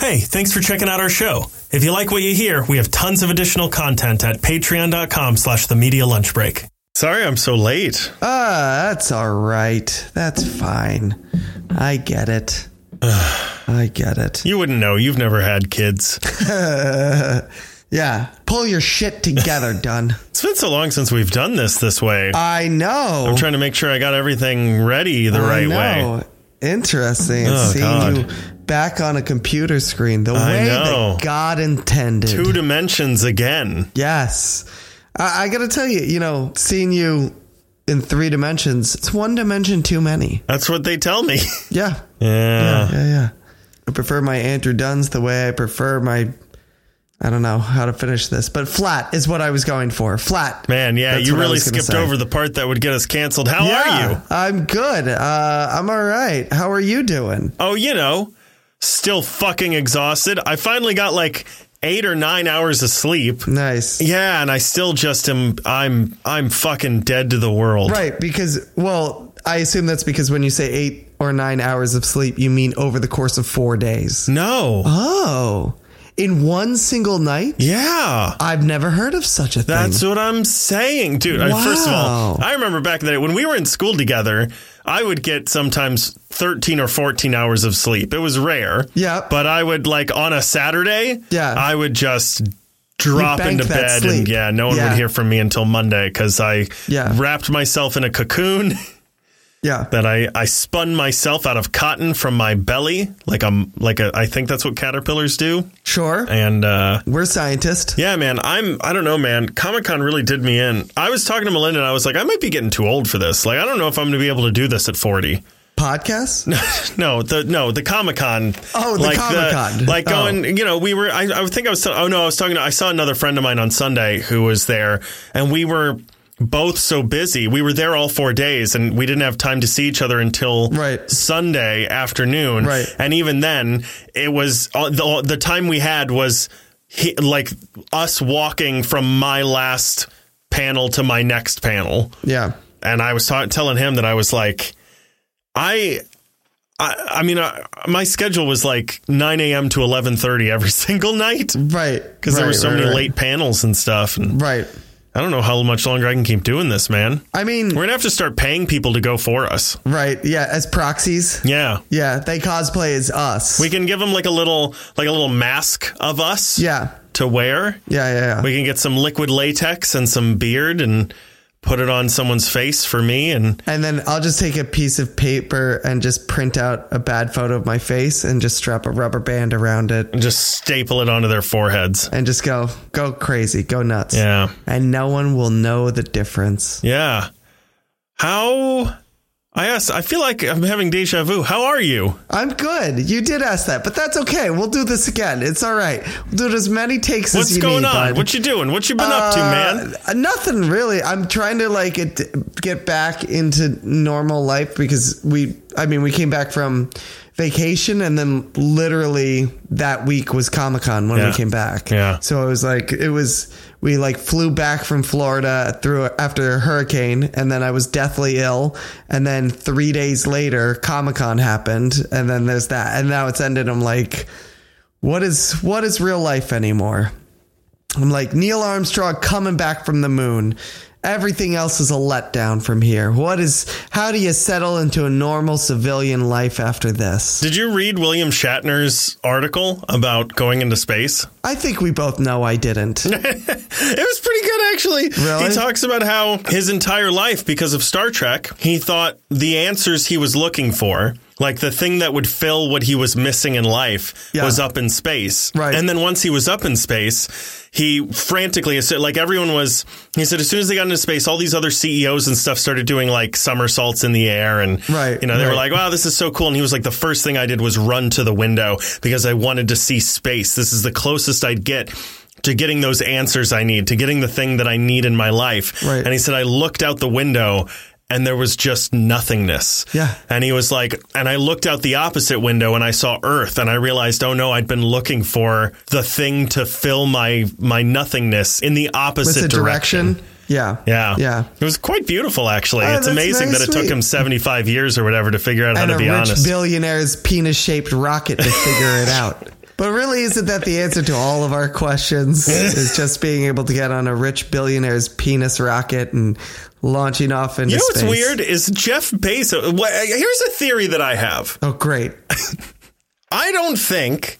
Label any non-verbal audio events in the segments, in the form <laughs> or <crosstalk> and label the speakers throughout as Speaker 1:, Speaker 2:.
Speaker 1: Hey, thanks for checking out our show. If you like what you hear, we have tons of additional content at patreon.com slash the media lunch break. Sorry I'm so late.
Speaker 2: Ah, that's all right. That's fine. I
Speaker 1: <sighs>
Speaker 2: get it. I get it.
Speaker 1: You wouldn't know. You've never had kids.
Speaker 2: yeah. Pull your
Speaker 1: <laughs>
Speaker 2: shit together, Dunn.
Speaker 1: It's been so long since we've done this this way.
Speaker 2: I know.
Speaker 1: I'm trying to make sure I got everything ready the right way.
Speaker 2: Interesting.
Speaker 1: Oh,
Speaker 2: seeing
Speaker 1: God.
Speaker 2: you back on a computer screen the
Speaker 1: I
Speaker 2: way
Speaker 1: know.
Speaker 2: that God intended.
Speaker 1: Two dimensions again.
Speaker 2: yes. I, I got to tell you, you know, seeing you in three dimensions, it's one dimension too many.
Speaker 1: That's what they tell
Speaker 2: <laughs>
Speaker 1: me.
Speaker 2: Yeah.
Speaker 1: Yeah.
Speaker 2: Yeah, yeah. I prefer my Andrew Dunn's the way I prefer my. I don't know how to finish this, but flat is what I was going for. Flat.
Speaker 1: Man, yeah,
Speaker 2: That's
Speaker 1: you
Speaker 2: what I
Speaker 1: really
Speaker 2: was gonna
Speaker 1: skipped
Speaker 2: say.
Speaker 1: over the part that would get us canceled. How are you?
Speaker 2: Yeah, I'm good. Uh, I'm all right. How are you doing?
Speaker 1: Oh, you know, still fucking exhausted. I finally got like eight or nine hours of sleep.
Speaker 2: Nice.
Speaker 1: Yeah, and I still just am. I'm I'm fucking dead to the world.
Speaker 2: Right, because, well, I assume that's because when you say eight or nine hours of sleep, you mean over the course of four days.
Speaker 1: No.
Speaker 2: Oh, in one single night?
Speaker 1: Yeah.
Speaker 2: I've never heard of such a thing.
Speaker 1: That's what I'm saying, dude. I- first of all,
Speaker 2: Wow.
Speaker 1: I remember back in the day when we were in school together, I would get sometimes 13 or 14 hours of sleep. It was rare.
Speaker 2: Yeah.
Speaker 1: But I would like on a Saturday,
Speaker 2: Yeah.
Speaker 1: I would just drop
Speaker 2: banked
Speaker 1: into
Speaker 2: that
Speaker 1: bed and
Speaker 2: sleep.
Speaker 1: yeah, no one
Speaker 2: Yeah.
Speaker 1: would hear from me until Monday cuz I
Speaker 2: Yeah.
Speaker 1: wrapped myself in a cocoon <laughs>
Speaker 2: yeah.
Speaker 1: that I I spun myself out of cotton from my belly like I'm like a I think that's what caterpillars do
Speaker 2: Sure.
Speaker 1: and uh
Speaker 2: We're scientists.
Speaker 1: yeah, man. I'm. I don't know, man. Comic Con really did me in. I was talking to Melinda, and I was like, I might be getting too old for this. Like, I don't know if I'm going to be able to do this at 40.
Speaker 2: Podcasts?
Speaker 1: <laughs> no, the no, the Comic Con.
Speaker 2: Oh, the Comic-Con.
Speaker 1: Like
Speaker 2: Oh.
Speaker 1: going, you know, we were. I, I think I was. Oh no, I was talking to. I saw another friend of mine on Sunday who was there, and we were both so busy. We were there all four days, and we didn't have time to see each other until
Speaker 2: Right.
Speaker 1: Sunday afternoon.
Speaker 2: Right.
Speaker 1: and even then, it was all- the the time we had was he, like us walking from my last panel to my next panel
Speaker 2: Yeah.
Speaker 1: and I was ta- telling him that I was like, I, I, I mean, I, my schedule was like 9 a.m. to 11:30 every <laughs> single night because
Speaker 2: Right. Because
Speaker 1: there were so many late panels and stuff. And
Speaker 2: Right.
Speaker 1: I don't know how much longer I can keep doing this, man.
Speaker 2: I mean,
Speaker 1: We're gonna have to start paying people to go for us.
Speaker 2: right. Yeah. As proxies.
Speaker 1: Yeah,
Speaker 2: Yeah. They cosplay as us.
Speaker 1: we can give them like a little, like a little mask of us.
Speaker 2: yeah.
Speaker 1: to wear.
Speaker 2: Yeah. Yeah. yeah.
Speaker 1: We can get some liquid latex and some beard and put it on someone's face for me and
Speaker 2: and then I'll just take a piece of paper and just print out a bad photo of my face and just strap a rubber band around it
Speaker 1: just staple it onto their foreheads.
Speaker 2: and just go, go crazy, go nuts.
Speaker 1: Yeah.
Speaker 2: And no one will know the difference.
Speaker 1: Yeah. How? I asked. I feel like I'm having deja vu. How are you?
Speaker 2: I'm good. You did ask that, but that's okay. We'll do this again. It's all right. We'll do as many takes as
Speaker 1: What's
Speaker 2: you
Speaker 1: going
Speaker 2: need,
Speaker 1: on?
Speaker 2: bud.
Speaker 1: What you doing? What you been up to, man?
Speaker 2: Uh, nothing really. I'm trying to like it, get back into normal life because we, I mean, we came back from vacation and then literally that week was Comic Con when
Speaker 1: Yeah.
Speaker 2: we came back.
Speaker 1: Yeah.
Speaker 2: So it was like, it was, we like flew back from Florida through after a hurricane and then I was deathly ill. And then three days later, Comic Con happened. And then there's that. And now it's ended. I'm like, what is what is real life anymore? I'm like Neil Armstrong coming back from the moon. Everything else is a letdown from here. What is how do you settle into a normal civilian life after this?
Speaker 1: Did you read William Shatner's article about going into space?
Speaker 2: I think we both know I didn't.
Speaker 1: It was pretty good, actually.
Speaker 2: Really?
Speaker 1: He talks about how his entire life, because of Star Trek, he thought the answers he was looking for, like the thing that would fill what he was missing in life,
Speaker 2: Yeah.
Speaker 1: was up in space.
Speaker 2: Right.
Speaker 1: And then once he was up in space, he frantically, like everyone was, he said, as soon as they got into space, all these other CEOs and stuff started doing like somersaults in the air. And,
Speaker 2: Right,
Speaker 1: you know, they were
Speaker 2: right.
Speaker 1: like, wow, this is so cool. And he was like, the first thing I did was run to the window because I wanted to see space. This is the closest I'd get to getting those answers I need, to getting the thing that I need in my life.
Speaker 2: Right.
Speaker 1: And he said, I looked out the window and there was just nothingness.
Speaker 2: Yeah.
Speaker 1: And he was like, and I looked out the opposite window and I saw Earth and I realized, oh no, I'd been looking for the thing to fill my my nothingness in the
Speaker 2: It's
Speaker 1: opposite
Speaker 2: a
Speaker 1: direction.
Speaker 2: direction. Yeah.
Speaker 1: Yeah.
Speaker 2: Yeah.
Speaker 1: It was quite beautiful, actually.
Speaker 2: Oh,
Speaker 1: it's
Speaker 2: that's
Speaker 1: amazing
Speaker 2: very
Speaker 1: that it took
Speaker 2: sweet.
Speaker 1: him 75 years or whatever to figure out
Speaker 2: And
Speaker 1: how
Speaker 2: a
Speaker 1: to be
Speaker 2: rich
Speaker 1: honest. <laughs>
Speaker 2: billionaire's penis shaped rocket to figure it out. But really, isn't that the answer to all of our questions? is just being able to get on a rich billionaire's penis rocket and launching off into
Speaker 1: You know what's
Speaker 2: space.
Speaker 1: weird is Jeff Bezos. wha- Here's a theory that I have.
Speaker 2: Oh, great.
Speaker 1: I don't think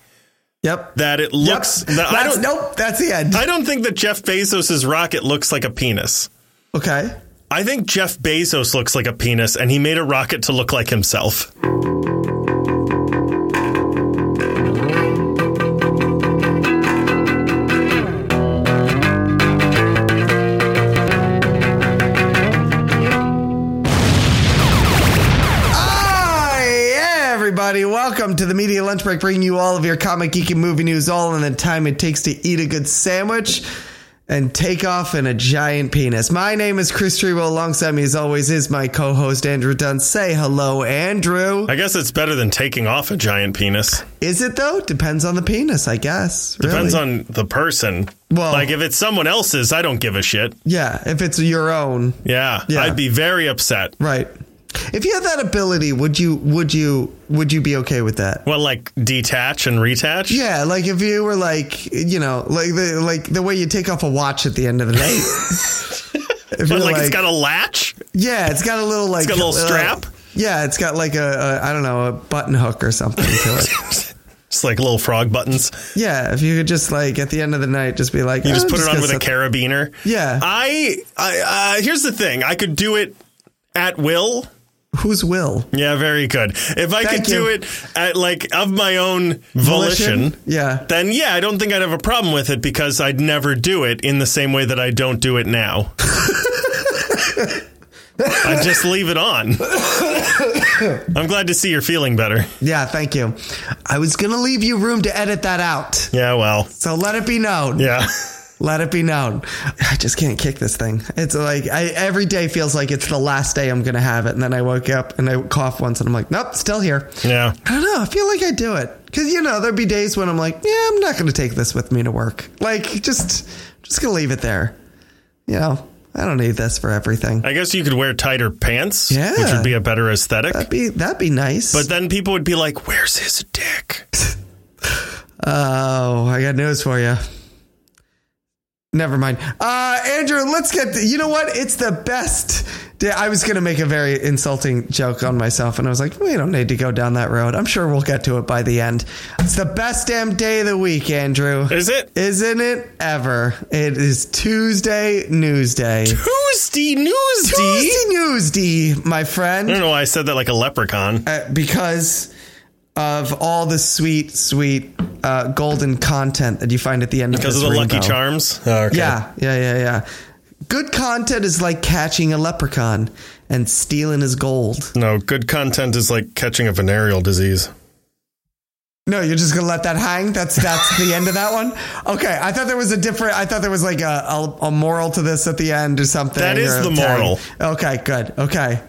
Speaker 2: Yep.
Speaker 1: that it looks.
Speaker 2: yep.
Speaker 1: that- I
Speaker 2: That's-
Speaker 1: don't.
Speaker 2: nope. That's the end.
Speaker 1: I don't think that Jeff Bezos's rocket looks like a penis.
Speaker 2: okay.
Speaker 1: I think Jeff Bezos looks like a penis, and he made a rocket to look like himself.
Speaker 2: Hi, everybody. Welcome to the Media Lunch Break, bringing you all of your comic, geek, and movie news, all in the time it takes to eat a good sandwich and take off in a giant penis. My name is Chris Trevo. Alongside me, as always, is my co host, Andrew Dunn. Say hello, Andrew.
Speaker 1: I guess it's better than taking off a giant penis.
Speaker 2: Is it, though? Depends on the penis, I guess.
Speaker 1: Depends
Speaker 2: really.
Speaker 1: on the person.
Speaker 2: Well-
Speaker 1: like if it's someone else's, I don't give a shit.
Speaker 2: Yeah, if it's your own.
Speaker 1: Yeah,
Speaker 2: Yeah.
Speaker 1: I'd be very upset.
Speaker 2: Right. If you had that ability, would you would you would you be okay with that?
Speaker 1: Well, like detach and retach.
Speaker 2: Yeah, like if you were like, you know, like the like the way you take off a watch at the end of the night.
Speaker 1: <laughs> But
Speaker 2: If you're
Speaker 1: like, it's got a latch. <laughs>
Speaker 2: yeah, it's got a little like
Speaker 1: got a little
Speaker 2: uh,
Speaker 1: strap?
Speaker 2: yeah, it's got like a, a I don't know a button hook or something
Speaker 1: <laughs>
Speaker 2: to it.
Speaker 1: It's like little frog buttons.
Speaker 2: yeah, if you could just like at the end of the night just be like,
Speaker 1: You just put it on with a
Speaker 2: carrot.
Speaker 1: carabiner.
Speaker 2: Yeah.
Speaker 1: I, I uh, here's the thing. I could do it at will. uh,
Speaker 2: Who's will
Speaker 1: Yeah, very good. If I
Speaker 2: Thank
Speaker 1: could do
Speaker 2: you.
Speaker 1: it at like of my own volition,
Speaker 2: Yeah,
Speaker 1: then yeah, I don't think I'd have a problem with it because I'd never do it in the same way that I don't do it
Speaker 2: <laughs>
Speaker 1: now. I just leave it on. <coughs> I'm glad to see you're feeling better.
Speaker 2: yeah. Thank you. I was gonna leave you room to edit that out,
Speaker 1: Yeah, well,
Speaker 2: so let it be known.
Speaker 1: yeah. <laughs>
Speaker 2: Let it be known. I just can't kick this thing. It's like I, every day feels like it's the last day I'm going to have it. And then I woke up and I cough once and I'm like, nope, still here.
Speaker 1: Yeah.
Speaker 2: I don't know. I feel like I do it. Cause you know, there'd be days when I'm like, yeah, I'm not going to take this with me to work. Like just, just going to leave it there. You know, I don't need this for everything.
Speaker 1: I guess you could wear tighter pants,
Speaker 2: Yeah.
Speaker 1: which would be a better aesthetic.
Speaker 2: That'd be, that'd be nice.
Speaker 1: But then people would be like, "Where's his
Speaker 2: <laughs>
Speaker 1: dick?"
Speaker 2: Oh, I got news for you. Never mind. Uh, Andrew, let's get. To, you know what? It's the best. day- I was going to make a very insulting joke on myself, and I was like, we don't need to go down that road. I'm sure we'll get to it by the end. It's the best damn day of the week, Andrew.
Speaker 1: Is it
Speaker 2: Isn't it ever? It is Tuesday Newsday.
Speaker 1: Tuesday Newsday?
Speaker 2: Tuesday Newsday, my friend.
Speaker 1: I don't know why I said that like a leprechaun.
Speaker 2: uh, because of all the sweet, sweet uh, golden content that you find at the end
Speaker 1: Because
Speaker 2: of
Speaker 1: of
Speaker 2: this
Speaker 1: the Lucky
Speaker 2: rainbow.
Speaker 1: Charms. Oh, okay.
Speaker 2: Yeah, yeah, yeah, yeah. Good content is like catching a leprechaun and stealing his gold.
Speaker 1: No, good content is like catching a venereal disease.
Speaker 2: No, you're just gonna let that hang. That's that's the end of that <laughs> one. Okay, I thought there was a different. I thought there was like a, a, a moral to this at the end or something.
Speaker 1: That is
Speaker 2: or a
Speaker 1: the
Speaker 2: tag.
Speaker 1: moral.
Speaker 2: Okay, good. Okay,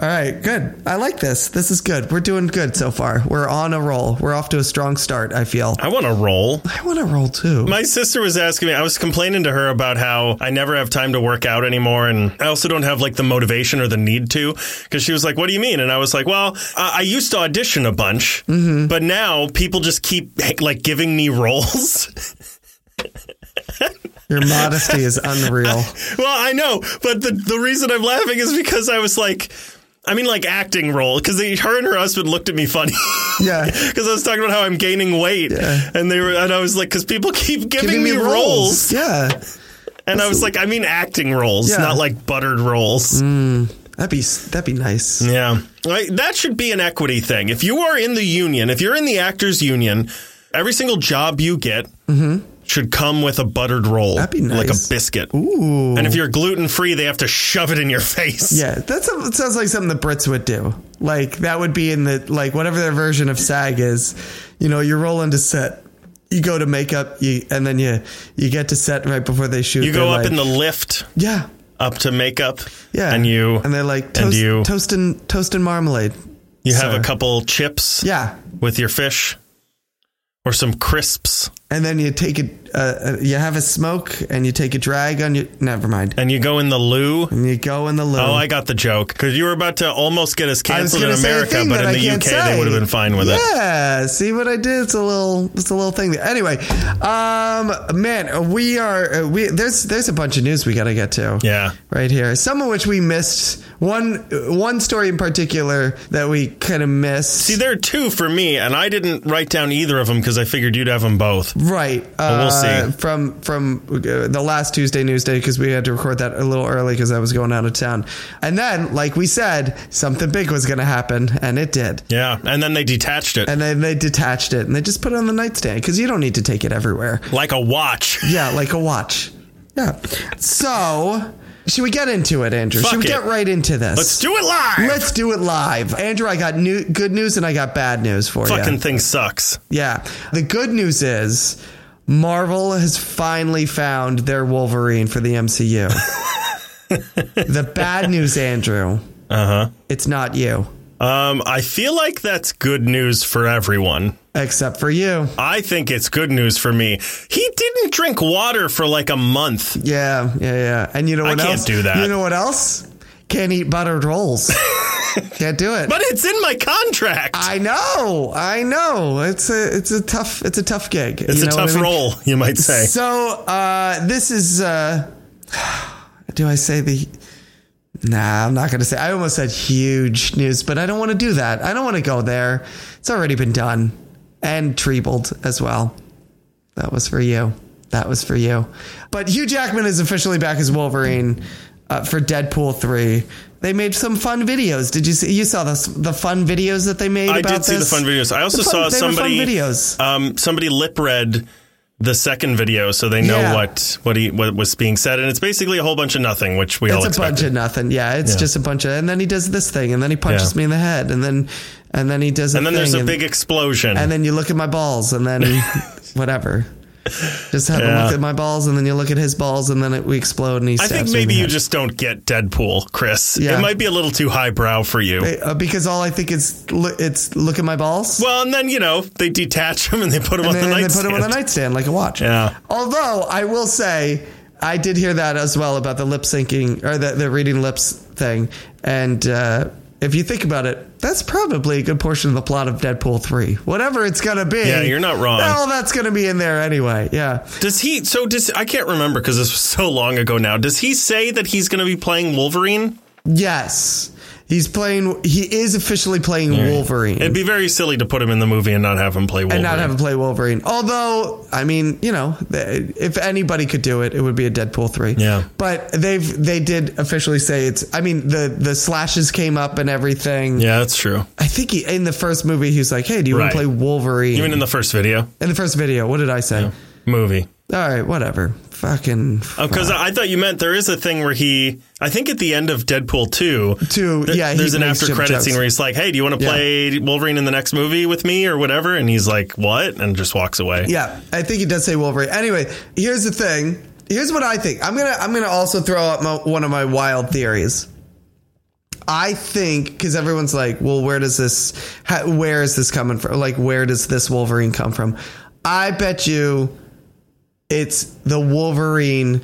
Speaker 2: all right, good. I like this. This is good. We're doing good so far. We're on a roll. We're off to a strong start. I feel.
Speaker 1: I want to roll.
Speaker 2: I want to roll too.
Speaker 1: My sister was asking me, I was complaining to her about how I never have time to work out anymore. And I also don't have like the motivation or the need to. Cause she was like, What do you mean? And I was like, Well, I, I used to audition a bunch, but now people just keep <laughs> like giving me roles.
Speaker 2: <laughs> Your modesty is <laughs> unreal.
Speaker 1: Well, I know, but the the reason I'm laughing is because I was like, I mean, like acting role, because her and her husband looked at me funny <laughs>
Speaker 2: Yeah.
Speaker 1: because I was talking about how I'm gaining weight, and they were, and I was like, because people keep giving, me roles,
Speaker 2: Yeah.
Speaker 1: and I was like, I mean acting roles,
Speaker 2: Yeah. Mm.
Speaker 1: not like buttered roles.
Speaker 2: That'd be that'd be nice.
Speaker 1: Yeah, Like, that should be an equity thing. If you are in the union, if you're in the actors union, every single job you get. Should come with a buttered roll,
Speaker 2: Mm-hmm. That'd be
Speaker 1: like
Speaker 2: nice.
Speaker 1: a biscuit.
Speaker 2: Ooh.
Speaker 1: And if you're gluten free, they have to shove it in your <laughs> face.
Speaker 2: Yeah, that sounds- sounds like something the Brits would do. Like that would be in the like whatever their version of SAG is. You know, you roll into set, you go to makeup, you and then you you get to set right before they shoot.
Speaker 1: You go
Speaker 2: They're
Speaker 1: up
Speaker 2: like,
Speaker 1: in the lift
Speaker 2: yeah,
Speaker 1: up to makeup.
Speaker 2: yeah,
Speaker 1: And you
Speaker 2: and they're like
Speaker 1: and
Speaker 2: toast,
Speaker 1: you-
Speaker 2: toast and toast and marmalade.
Speaker 1: you have
Speaker 2: sir.
Speaker 1: a couple chips
Speaker 2: Yeah,
Speaker 1: with your fish or some crisps.
Speaker 2: and then you take a, uh, you have a smoke and you take a drag on your. Never mind.
Speaker 1: and you go in the loo.
Speaker 2: And you go in the loo.
Speaker 1: Oh, I got the joke because you were about to almost get us
Speaker 2: I was
Speaker 1: canceled in
Speaker 2: gonna say a
Speaker 1: America,
Speaker 2: thing
Speaker 1: but
Speaker 2: that
Speaker 1: in
Speaker 2: I
Speaker 1: the
Speaker 2: can't
Speaker 1: UK they
Speaker 2: say.
Speaker 1: would have been fine with it.
Speaker 2: Yeah, see what I did? It's a little, it's a little thing. There. Anyway, um, man, we are uh, we there's there's a bunch of news we got to get to.
Speaker 1: Yeah.
Speaker 2: right here. Some of which we missed. One one story in particular that we kind of missed.
Speaker 1: See, there are two for me, and I didn't write down either of them because I figured you'd have them both.
Speaker 2: Right.
Speaker 1: Oh, we'll
Speaker 2: uh,
Speaker 1: see.
Speaker 2: From from uh, the last Tuesday news day because we had to record that a little early because I was going out of town. And then, like we said, something big was going to happen, and it did.
Speaker 1: Yeah, and then they detached it
Speaker 2: And then they detached it and they just put it on the nightstand because you don't need to take it everywhere.
Speaker 1: like a
Speaker 2: <laughs>
Speaker 1: watch.
Speaker 2: Yeah, like a watch. Yeah. So, should we get into it, Andrew?
Speaker 1: Fuck
Speaker 2: should we
Speaker 1: it.
Speaker 2: get right into this?
Speaker 1: Let's do it live.
Speaker 2: Let's do it live. Andrew, I got new, good news and I got bad news for you.
Speaker 1: Fucking thing sucks.
Speaker 2: Yeah. The good news is Marvel has finally found their Wolverine for
Speaker 1: <laughs>
Speaker 2: the MCU. the bad news, Andrew. Uh huh.
Speaker 1: Uh-huh.
Speaker 2: It's not you,
Speaker 1: Um, I feel like that's good news for everyone.
Speaker 2: except for you.
Speaker 1: I think it's good news for me. He didn't drink water for like a month.
Speaker 2: Yeah, yeah, yeah. And you know what
Speaker 1: can't
Speaker 2: else?
Speaker 1: do that.
Speaker 2: You know what else? Can't eat
Speaker 1: <laughs>
Speaker 2: buttered rolls. can't do it.
Speaker 1: But it's in my contract.
Speaker 2: I know. I know. It's a it's a tough it's a tough gig.
Speaker 1: it's a tough role, you might say.
Speaker 2: So uh, this is. Uh, <sighs> do I say the? Nah, I'm not going to say. I almost said huge news, but I don't want to do that. I don't want to go there. It's already been done and trebled as well. That was for you. That was for you. But Hugh Jackman is officially back as Wolverine uh, for Deadpool three. They made some fun videos. Did you see? You saw the the fun videos that they made.
Speaker 1: I
Speaker 2: about
Speaker 1: did see the
Speaker 2: this?
Speaker 1: fun videos. I also
Speaker 2: The fun-
Speaker 1: saw
Speaker 2: they were fun
Speaker 1: somebody
Speaker 2: videos.
Speaker 1: Um, somebody lip read the second video, so they know
Speaker 2: Yeah.
Speaker 1: what what he what was being said, and it's basically a whole bunch of nothing, which we all
Speaker 2: it's a
Speaker 1: expected.
Speaker 2: bunch of nothing. Yeah, it's just a bunch of. And then he does this thing, and then he punches
Speaker 1: Yeah.
Speaker 2: me in the head, and then and then he does.
Speaker 1: and then there's a
Speaker 2: and,
Speaker 1: big explosion.
Speaker 2: And then you look at my balls,
Speaker 1: <laughs>
Speaker 2: and then whatever. Just have
Speaker 1: Yeah.
Speaker 2: a look at my balls, and then you look at his balls, and then it, we explode, and he.
Speaker 1: I
Speaker 2: Stabs
Speaker 1: think
Speaker 2: me in the
Speaker 1: maybe you
Speaker 2: head.
Speaker 1: just don't get Deadpool, Chris.
Speaker 2: Yeah.
Speaker 1: It might be a little too highbrow for you.
Speaker 2: Uh, because all I think is lo- it's look at my balls.
Speaker 1: well, and then you know they detach him and they put him on
Speaker 2: and
Speaker 1: the
Speaker 2: then they put
Speaker 1: nightstand.
Speaker 2: him on the nightstand like a watch.
Speaker 1: Yeah.
Speaker 2: Although I will say, I did hear that as well about the lip syncing or the, the reading lips thing. And uh, if you think about it, that's probably a good portion of the plot of Deadpool 3. Whatever it's going to be.
Speaker 1: Yeah, you're not wrong.
Speaker 2: All that's going to be in there anyway. Yeah.
Speaker 1: Does he? So does I can't remember because this was so long ago now. Does he say that he's going to be playing Wolverine?
Speaker 2: Yes. He's playing, he is officially playing Wolverine.
Speaker 1: It'd be very silly to put him in the movie and not have him play Wolverine.
Speaker 2: and not have him play Wolverine. Although, I mean, you know, th- if anybody could do it, it would be a Deadpool three.
Speaker 1: Yeah.
Speaker 2: But they've they did officially say it's. I mean, the the slashes came up and everything.
Speaker 1: yeah, that's true.
Speaker 2: I think he, in the first movie he was like, "Hey, do you want
Speaker 1: Right.
Speaker 2: to play Wolverine?"
Speaker 1: Even in the first video
Speaker 2: in the first video, what did I say?
Speaker 1: movie.
Speaker 2: All right, whatever. Fucking
Speaker 1: Because Oh, I thought you meant there is a thing where he, I think at the end of Deadpool 2,
Speaker 2: Two,
Speaker 1: th-
Speaker 2: yeah, he
Speaker 1: there's an
Speaker 2: makes
Speaker 1: after
Speaker 2: jump
Speaker 1: credit
Speaker 2: jokes.
Speaker 1: scene where he's like, hey, do you want to
Speaker 2: Yeah.
Speaker 1: play Wolverine in the next movie with me or whatever? And he's like, what? And just walks away.
Speaker 2: Yeah, I think he does say Wolverine. Anyway, here's the thing. Here's what I think. I'm gonna I'm gonna also throw out my, one of my wild theories. I think because everyone's like, well, where does this? How, where is this coming from? Like, where does this Wolverine come from? I bet you, it's the Wolverine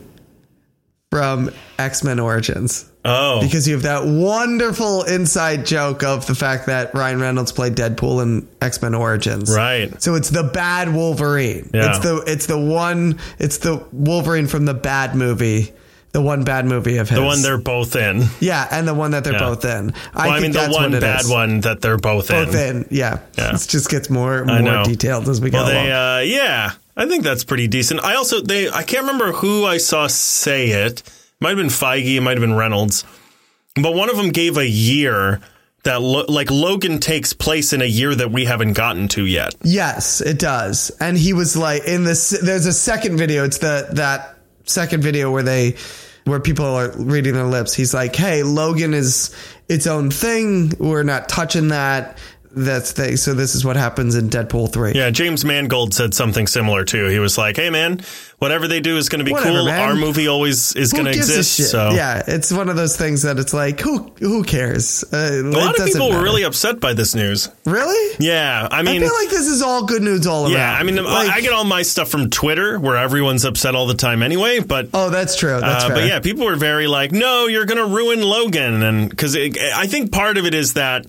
Speaker 2: from X Men Origins
Speaker 1: Oh.
Speaker 2: because you have that wonderful inside joke of the fact that Ryan Reynolds played Deadpool in X Men Origins.
Speaker 1: Right.
Speaker 2: So it's the bad Wolverine.
Speaker 1: Yeah.
Speaker 2: It's the it's the one it's the Wolverine from the bad movie. The one bad movie of his.
Speaker 1: The one they're both in. Well,
Speaker 2: Yeah, and the one that they're
Speaker 1: Yeah.
Speaker 2: both in.
Speaker 1: I,
Speaker 2: I think
Speaker 1: mean, the
Speaker 2: that's
Speaker 1: one
Speaker 2: what it
Speaker 1: bad
Speaker 2: is.
Speaker 1: one that they're both,
Speaker 2: Both
Speaker 1: in.
Speaker 2: in. Yeah.
Speaker 1: Yeah.
Speaker 2: It just gets more more
Speaker 1: know.
Speaker 2: detailed as we go
Speaker 1: Well,
Speaker 2: along.
Speaker 1: they, uh, yeah, I think that's pretty decent. I also, they, I can't remember who I saw say it. Might have been Feige, it might have been Reynolds, but one of them gave a year that, lo- like, Logan takes place in a year that we haven't gotten to yet.
Speaker 2: Yes, it does. And he was like in this. There's a second video. It's the that second video where they where people are reading their lips. He's like, "Hey, Logan is its own thing. We're not touching that." that's the, so this is what happens in Deadpool 3.
Speaker 1: Yeah, James Mangold said something similar too. He was like, "Hey, man, whatever they do is going to be
Speaker 2: Whatever,
Speaker 1: cool.
Speaker 2: man.
Speaker 1: Our movie always is
Speaker 2: Who
Speaker 1: going to
Speaker 2: gives a
Speaker 1: exist."
Speaker 2: shit?
Speaker 1: So
Speaker 2: Yeah, it's one of those things that it's like who who cares? Uh,
Speaker 1: a lot of people were really upset by this news.
Speaker 2: really.
Speaker 1: Yeah, I
Speaker 2: I
Speaker 1: mean,
Speaker 2: feel like this is all good news all
Speaker 1: yeah,
Speaker 2: around.
Speaker 1: I mean,
Speaker 2: Like-
Speaker 1: I get all my stuff from Twitter where everyone's upset all the time anyway. But
Speaker 2: oh, that's true. That's
Speaker 1: Uh,
Speaker 2: fair.
Speaker 1: but yeah, people were very like, "No, you're going to ruin Logan," and because I think part of it is that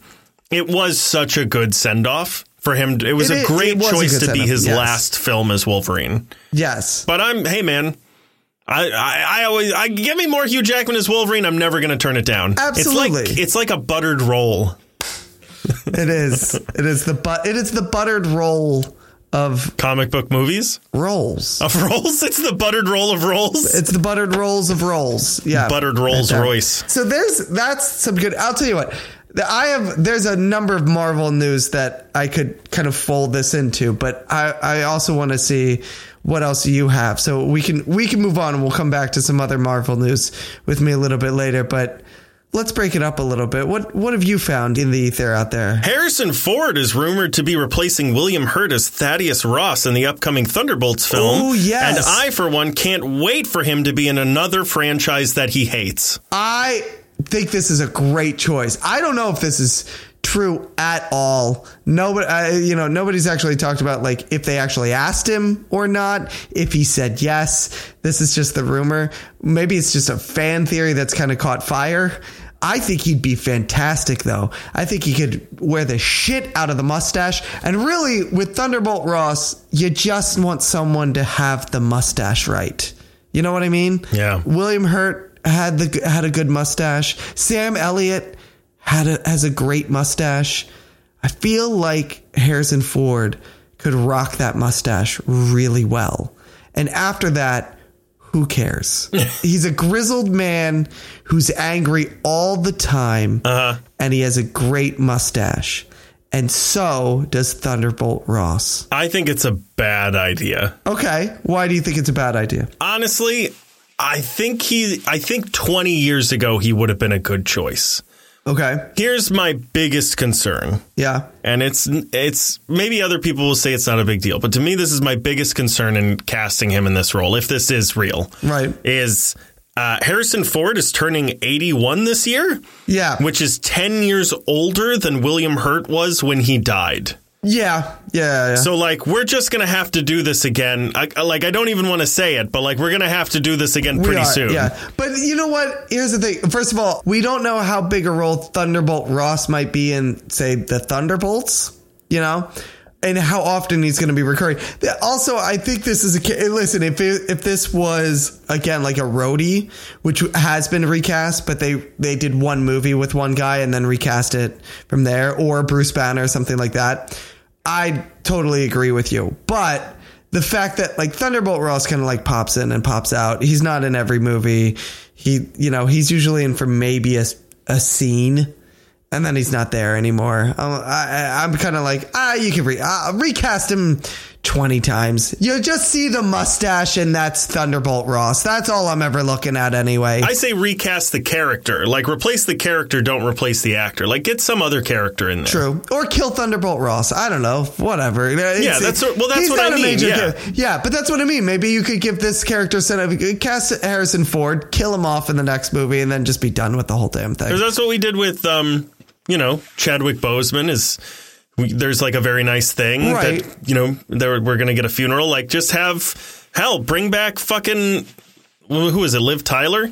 Speaker 1: it was such a good send off for him. It was a
Speaker 2: It is-
Speaker 1: great
Speaker 2: it was a
Speaker 1: choice
Speaker 2: good
Speaker 1: to be
Speaker 2: send-off,
Speaker 1: his
Speaker 2: yes.
Speaker 1: last film as Wolverine.
Speaker 2: yes.
Speaker 1: But I'm, hey man, I, I, I always, I give me more Hugh Jackman as Wolverine. I'm never going to turn it down. it's like
Speaker 2: Absolutely.
Speaker 1: it's like a buttered roll <laughs>
Speaker 2: It is. It is the but. It is the buttered roll of
Speaker 1: comic book movies
Speaker 2: rolls.
Speaker 1: of <laughs> rolls. It's the buttered roll of rolls.
Speaker 2: It's the buttered rolls of rolls. Yeah,
Speaker 1: Buttered Rolls
Speaker 2: Yeah.
Speaker 1: Royce.
Speaker 2: So there's that's some good. I'll tell you what. the- I have there's a number of Marvel news that I could kind of fold this into, but I I also want to see what else you have. So we can we can move on and we'll come back to some other Marvel news with me a little bit later, but let's break it up a little bit. What what have you found in the ether out there?
Speaker 1: Harrison Ford is rumored to be replacing William Hurt as Thaddeus Ross in the upcoming Thunderbolts film.
Speaker 2: Oh, yes.
Speaker 1: And I, for one, can't wait for him to be in another franchise that he hates.
Speaker 2: I think this is a great choice. I don't know if this is true at all. Nobody, I, you know, nobody's actually talked about like if they actually asked him or not. If he said yes, this is just the rumor. Maybe it's just a fan theory that's kind of caught fire. I think he'd be fantastic though. I think he could wear the shit out of the mustache. And really, with Thunderbolt Ross, you just want someone to have the mustache right. You know what I mean?
Speaker 1: Yeah.
Speaker 2: William Hurt had the had a good mustache. Sam Elliott had a, has a great mustache. I feel like Harrison Ford could rock that mustache really well. And after that, who cares? He's a grizzled man who's angry all the time, and he has a great mustache. And so does Thunderbolt Ross.
Speaker 1: I think it's a bad idea.
Speaker 2: Okay, why do you think it's a bad idea?
Speaker 1: Honestly, I think he I think 20 years ago he would have been a good choice.
Speaker 2: Okay,
Speaker 1: Here's my biggest concern.
Speaker 2: yeah,
Speaker 1: And it's it's maybe other people will say it's not a big deal, but to me this is my biggest concern in casting him in this role if this is real.
Speaker 2: right,
Speaker 1: is uh, Harrison Ford is turning 81 this year,
Speaker 2: yeah.
Speaker 1: which is 10 years older than William Hurt was when he died.
Speaker 2: Yeah, yeah, yeah.
Speaker 1: So, like, we're just going to have to do this again. I, I- like, I don't even want to say it, but like, we're going to have to do this again
Speaker 2: We
Speaker 1: pretty
Speaker 2: are,
Speaker 1: soon.
Speaker 2: Yeah, but you know what? Here's the thing. First of all, we don't know how big a role Thunderbolt Ross might be in, say, the Thunderbolts. You know. And how often he's going to be recurring. The- Also, I think this is a ca- eh, listen. If it, if this was again like a roadie, which has been recast, but they they did one movie with one guy and then recast it from there, or Bruce Banner or something like that. I totally agree with you, but the fact that like Thunderbolt Ross kind of like pops in and pops out. He's not in every movie. He, you know, he's usually in for maybe a, a scene, and then he's not there anymore. I'm, I, I'm kind of like, ah, you can re, ah, recast him twenty times. You just see the mustache, and that's Thunderbolt Ross. That's all I'm ever looking at anyway.
Speaker 1: I say recast the character. Like, replace the character, don't replace the actor. Like, get some other character in there.
Speaker 2: True. Or kill Thunderbolt Ross. I don't know. Whatever. It's-
Speaker 1: that's what- well, that's
Speaker 2: he's
Speaker 1: what
Speaker 2: not
Speaker 1: I
Speaker 2: a
Speaker 1: mean,
Speaker 2: major
Speaker 1: yeah.
Speaker 2: character. Yeah, but that's what I mean. Maybe you could give this character set of uh, cast Harrison Ford, kill him off in the next movie, and then just be done with the whole damn thing.
Speaker 1: That's what we did with, um, you know, Chadwick Boseman is. we- There's like a very nice thing
Speaker 2: Right.
Speaker 1: that you know there, we're gonna get a funeral. Like, just have hell, bring back fucking wh- who is it? Liv Tyler?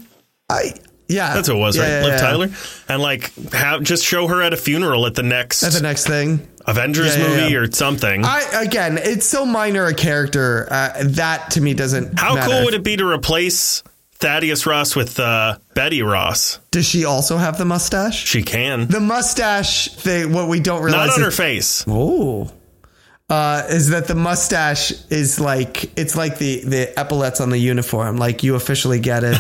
Speaker 2: I, yeah,
Speaker 1: That's what it was, right?
Speaker 2: Yeah, yeah,
Speaker 1: Liv
Speaker 2: yeah.
Speaker 1: Tyler, and like have just show her at a funeral at the next
Speaker 2: That's the next thing.
Speaker 1: Avengers
Speaker 2: yeah, yeah,
Speaker 1: movie
Speaker 2: yeah.
Speaker 1: or something.
Speaker 2: I again, it's so minor a character uh, that to me doesn't.
Speaker 1: How
Speaker 2: matter.
Speaker 1: cool would it be to replace Thaddeus Ross with uh, Betty Ross?
Speaker 2: Does she also have the mustache?
Speaker 1: She can,
Speaker 2: The mustache thing. What we don't realize
Speaker 1: not on
Speaker 2: is
Speaker 1: her face.
Speaker 2: Oh. Uh, is that the mustache is like it's like the the epaulets on the uniform like you officially get
Speaker 1: <laughs>
Speaker 2: it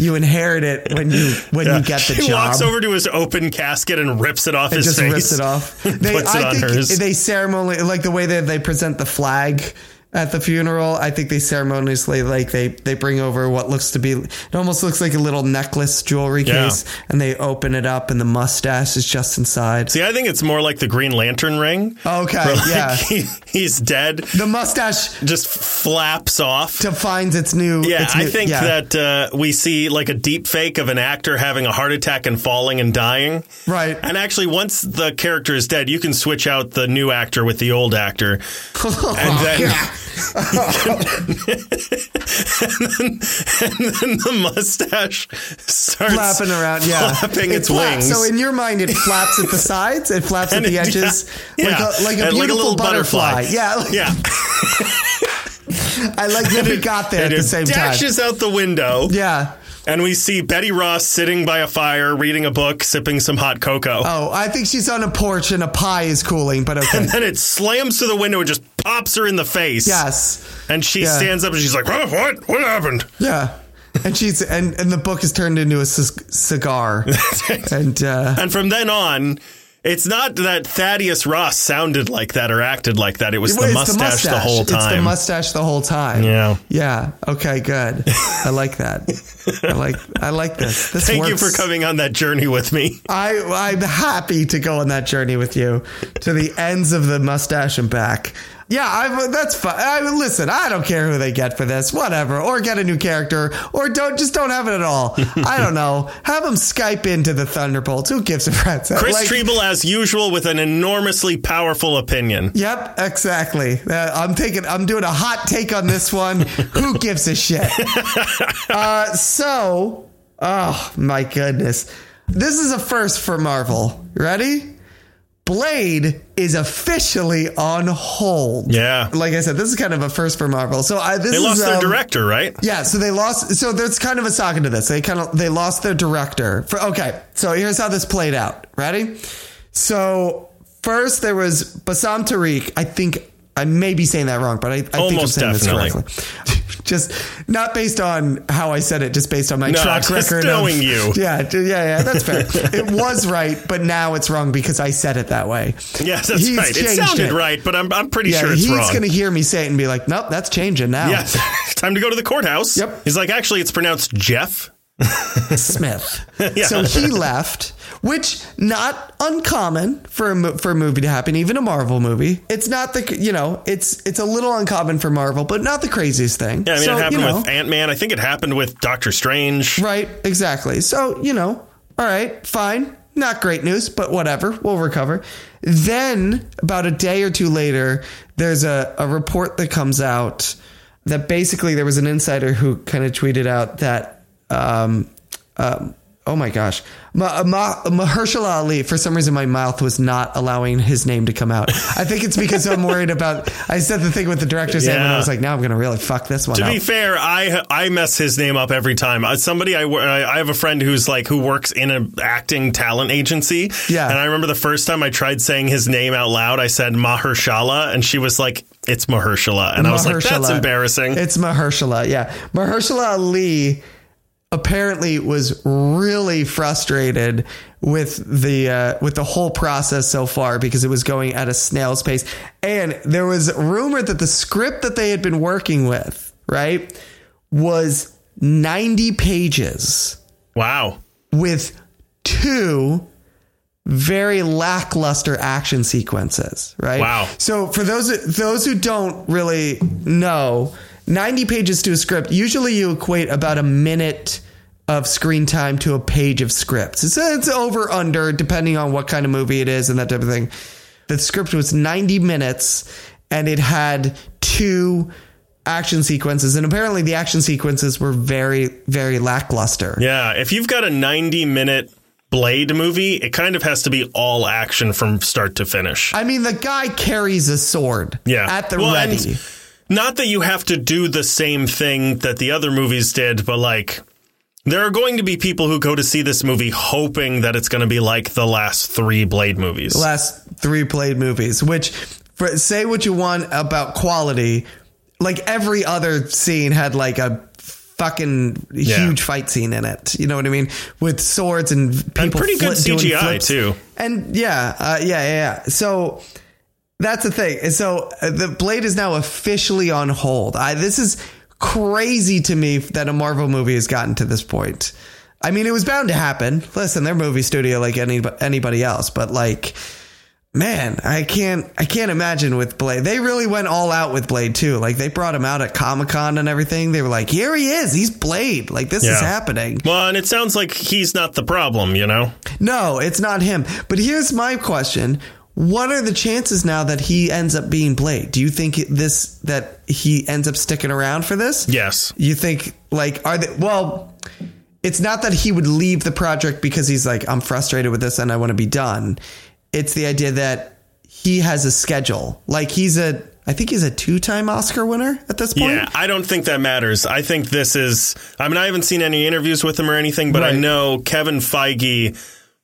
Speaker 2: you inherit it when you when you get the
Speaker 1: she
Speaker 2: job
Speaker 1: walks over to his open casket and rips it off
Speaker 2: it
Speaker 1: his
Speaker 2: just
Speaker 1: face.
Speaker 2: rips it off
Speaker 1: Puts it on hers.
Speaker 2: they ceremonially like the way that they present the flag at the funeral. I think they ceremoniously like they they bring over what looks to be it almost looks like a little necklace jewelry
Speaker 1: Yeah.
Speaker 2: case, and they open it up, and the mustache is just inside.
Speaker 1: See, I think it's more like the Green Lantern ring.
Speaker 2: Okay,
Speaker 1: where, like,
Speaker 2: Oh,
Speaker 1: <laughs>
Speaker 2: yeah.
Speaker 1: he, he's dead,
Speaker 2: The mustache
Speaker 1: just flaps off.
Speaker 2: defines its new.
Speaker 1: Yeah,
Speaker 2: its new,
Speaker 1: I think
Speaker 2: yeah.
Speaker 1: that uh, we see like a deep fake of an actor having a heart attack and falling and dying.
Speaker 2: Right.
Speaker 1: And actually, once the character is dead, you can switch out the new actor with the old actor. <laughs> <laughs>
Speaker 2: <laughs>
Speaker 1: And then, and then the mustache starts
Speaker 2: flapping around, yeah,
Speaker 1: flapping
Speaker 2: It
Speaker 1: its
Speaker 2: flaps.
Speaker 1: wings.
Speaker 2: So in your mind, it
Speaker 1: <laughs>
Speaker 2: flaps at the sides, it flaps at
Speaker 1: And
Speaker 2: the
Speaker 1: it-
Speaker 2: edges,
Speaker 1: yeah,
Speaker 2: like a, like a
Speaker 1: and
Speaker 2: beautiful
Speaker 1: like a little
Speaker 2: butterfly.
Speaker 1: butterfly.
Speaker 2: Yeah, <laughs> like-
Speaker 1: yeah.
Speaker 2: I like that we got there at
Speaker 1: And
Speaker 2: the
Speaker 1: it
Speaker 2: same time.
Speaker 1: dashes out the window,
Speaker 2: Yeah.
Speaker 1: and we see Betty Ross sitting by a fire, reading a book, sipping some hot cocoa.
Speaker 2: Oh, I think she's on a porch and a pie is cooling,
Speaker 1: <laughs>
Speaker 2: but okay.
Speaker 1: and it slams to the window and just pops her in the face.
Speaker 2: yes.
Speaker 1: And she
Speaker 2: Yeah.
Speaker 1: stands up and she's like, "Huh, what? What happened?
Speaker 2: Yeah. And she's and, and the book is turned into a c-
Speaker 1: <laughs>
Speaker 2: cigar. and uh,
Speaker 1: And from then on, it's not that Thaddeus Ross sounded like that or acted like that. It was the,
Speaker 2: it's
Speaker 1: mustache the whole
Speaker 2: It's the
Speaker 1: time.
Speaker 2: mustache the whole time.
Speaker 1: Yeah.
Speaker 2: Yeah. Okay, good. I like that. I like I like this. This
Speaker 1: Thank
Speaker 2: works.
Speaker 1: you for coming on that journey with me.
Speaker 2: I I'm happy to go on that journey with you to the ends of the mustache and back. Yeah, I, that's fine. I mean, listen, I don't care who they get for this, whatever, or get a new character, or don't just don't have it at all. I don't know. Have them Skype into the Thunderbolts. Who gives a <laughs> rat's ass?
Speaker 1: Chris
Speaker 2: Like,
Speaker 1: Treble, as usual, with an enormously powerful opinion.
Speaker 2: Yep, exactly. Uh, I'm taking. I'm doing a hot take on
Speaker 1: <laughs>
Speaker 2: this one. Who gives a shit? Uh, so, oh my goodness, this is a first for Marvel. Ready? Blade is officially on hold.
Speaker 1: Yeah.
Speaker 2: Like I said, this is kind of a first for Marvel. So I this
Speaker 1: They
Speaker 2: is,
Speaker 1: lost their
Speaker 2: um,
Speaker 1: director, right?
Speaker 2: Yeah, so they lost. So there's kind of a saga to this. They kind of they lost their director. For, okay, so here's how this played out. Ready? So first there was Basam Tariq. I think I may be saying that wrong, but I, I think I'm
Speaker 1: Almost
Speaker 2: saying
Speaker 1: definitely.
Speaker 2: this correctly. <laughs> just not based on how I said it, just based on my
Speaker 1: No,
Speaker 2: track
Speaker 1: just
Speaker 2: record.
Speaker 1: knowing
Speaker 2: of,
Speaker 1: you.
Speaker 2: <laughs> Yeah, d- yeah, yeah. That's fair. it was right, but now it's wrong because I said it that way.
Speaker 1: Yeah, that's
Speaker 2: He's
Speaker 1: right. It
Speaker 2: changed
Speaker 1: sounded
Speaker 2: it.
Speaker 1: right, but I'm, I'm pretty
Speaker 2: Yeah,
Speaker 1: sure it's
Speaker 2: he's
Speaker 1: wrong.
Speaker 2: gonna hear me say it and be like, "Nope, that's changing now."
Speaker 1: yeah, <laughs> time to go to the courthouse.
Speaker 2: Yep.
Speaker 1: He's like, actually, it's pronounced Jeff.
Speaker 2: Smith.
Speaker 1: <laughs>
Speaker 2: So he left, which not uncommon for a mo- for a movie to happen, even a Marvel movie. It's not the you know it's it's a little uncommon for Marvel, but not the craziest thing.
Speaker 1: Yeah, I mean,
Speaker 2: so,
Speaker 1: it happened
Speaker 2: you know,
Speaker 1: with Ant Man. I think it happened with Doctor Strange.
Speaker 2: right, exactly. So you know, all right, fine, not great news, but whatever, we'll recover. Then about a day or two later, there's a, a report that comes out that basically there was an insider who kind of tweeted out that. Um, um, oh my gosh, Ma- Ma- Mahershala Ali. For some reason, my mouth was not allowing his name to come out. I think it's because I'm worried about. I said the thing with the director's name, and I
Speaker 1: Yeah.
Speaker 2: was like, now I'm going to really fuck this one
Speaker 1: To
Speaker 2: up.
Speaker 1: be fair, I I mess his name up every time. Uh, somebody I wor- I I have a friend who's like who works in an acting talent agency.
Speaker 2: Yeah.
Speaker 1: and I remember the first time I tried saying his name out loud, I said Mahershala, and she was like, "It's Mahershala," and I was like, "That's
Speaker 2: Mahershala.
Speaker 1: embarrassing."
Speaker 2: It's Mahershala, yeah. Mahershala Ali apparently was really frustrated with the uh, with the whole process so far because it was going at a snail's pace, and there was rumor that the script that they had been working with, right, was ninety pages
Speaker 1: wow.
Speaker 2: with two very lackluster action sequences, right?
Speaker 1: Wow.
Speaker 2: So for those those who don't really know, 90 pages to a script, usually you equate about a minute of screen time to a page of scripts. It's, it's over under depending on what kind of movie it is and that type of thing. The script was 90 minutes and it had two action sequences and apparently the action sequences were very very lackluster.
Speaker 1: Yeah, if you've got a 90 minute Blade movie, it kind of has to be all action from start to finish.
Speaker 2: I mean, the guy carries a sword
Speaker 1: Yeah.
Speaker 2: at the
Speaker 1: Well, and-
Speaker 2: ready.
Speaker 1: Not that you have to do the same thing that the other movies did, but like there are going to be people who go to see this movie hoping that it's going to be like the last three Blade movies.
Speaker 2: Last three played movies, which for, say what you want about quality, like every other scene had like a fucking huge fight scene in it. You know what I mean? With swords and people
Speaker 1: pretty good
Speaker 2: flip- doing
Speaker 1: CGI
Speaker 2: flips.
Speaker 1: too.
Speaker 2: And yeah, uh, yeah, yeah, yeah. So That's the thing. And so uh, the Blade is now officially on hold. I, this is crazy to me that a Marvel movie has gotten to this point. I mean, it was bound to happen. Listen, they're movie studio like any, anybody else, but like, man, I can't, I can't imagine with Blade. They really went all out with Blade too. Like they brought him out at Comic Con and everything. They were like, here he is. He's Blade. Like this
Speaker 1: Yeah.
Speaker 2: is happening.
Speaker 1: Well, and it sounds like he's not the problem, you know?
Speaker 2: No, it's not him. But here's my question. What are the chances now that he ends up being Blade? Do you think this that he ends up sticking around for this?
Speaker 1: Yes.
Speaker 2: You think like are they well it's not that he would leave the project because he's like I'm frustrated with this and I want to be done. It's the idea that he has a schedule. Like he's a I think he's a two-time Oscar winner at this point.
Speaker 1: Yeah, I don't think that matters. I think this is. I mean, I haven't seen any interviews with him or anything, but I
Speaker 2: Right.
Speaker 1: know Kevin Feige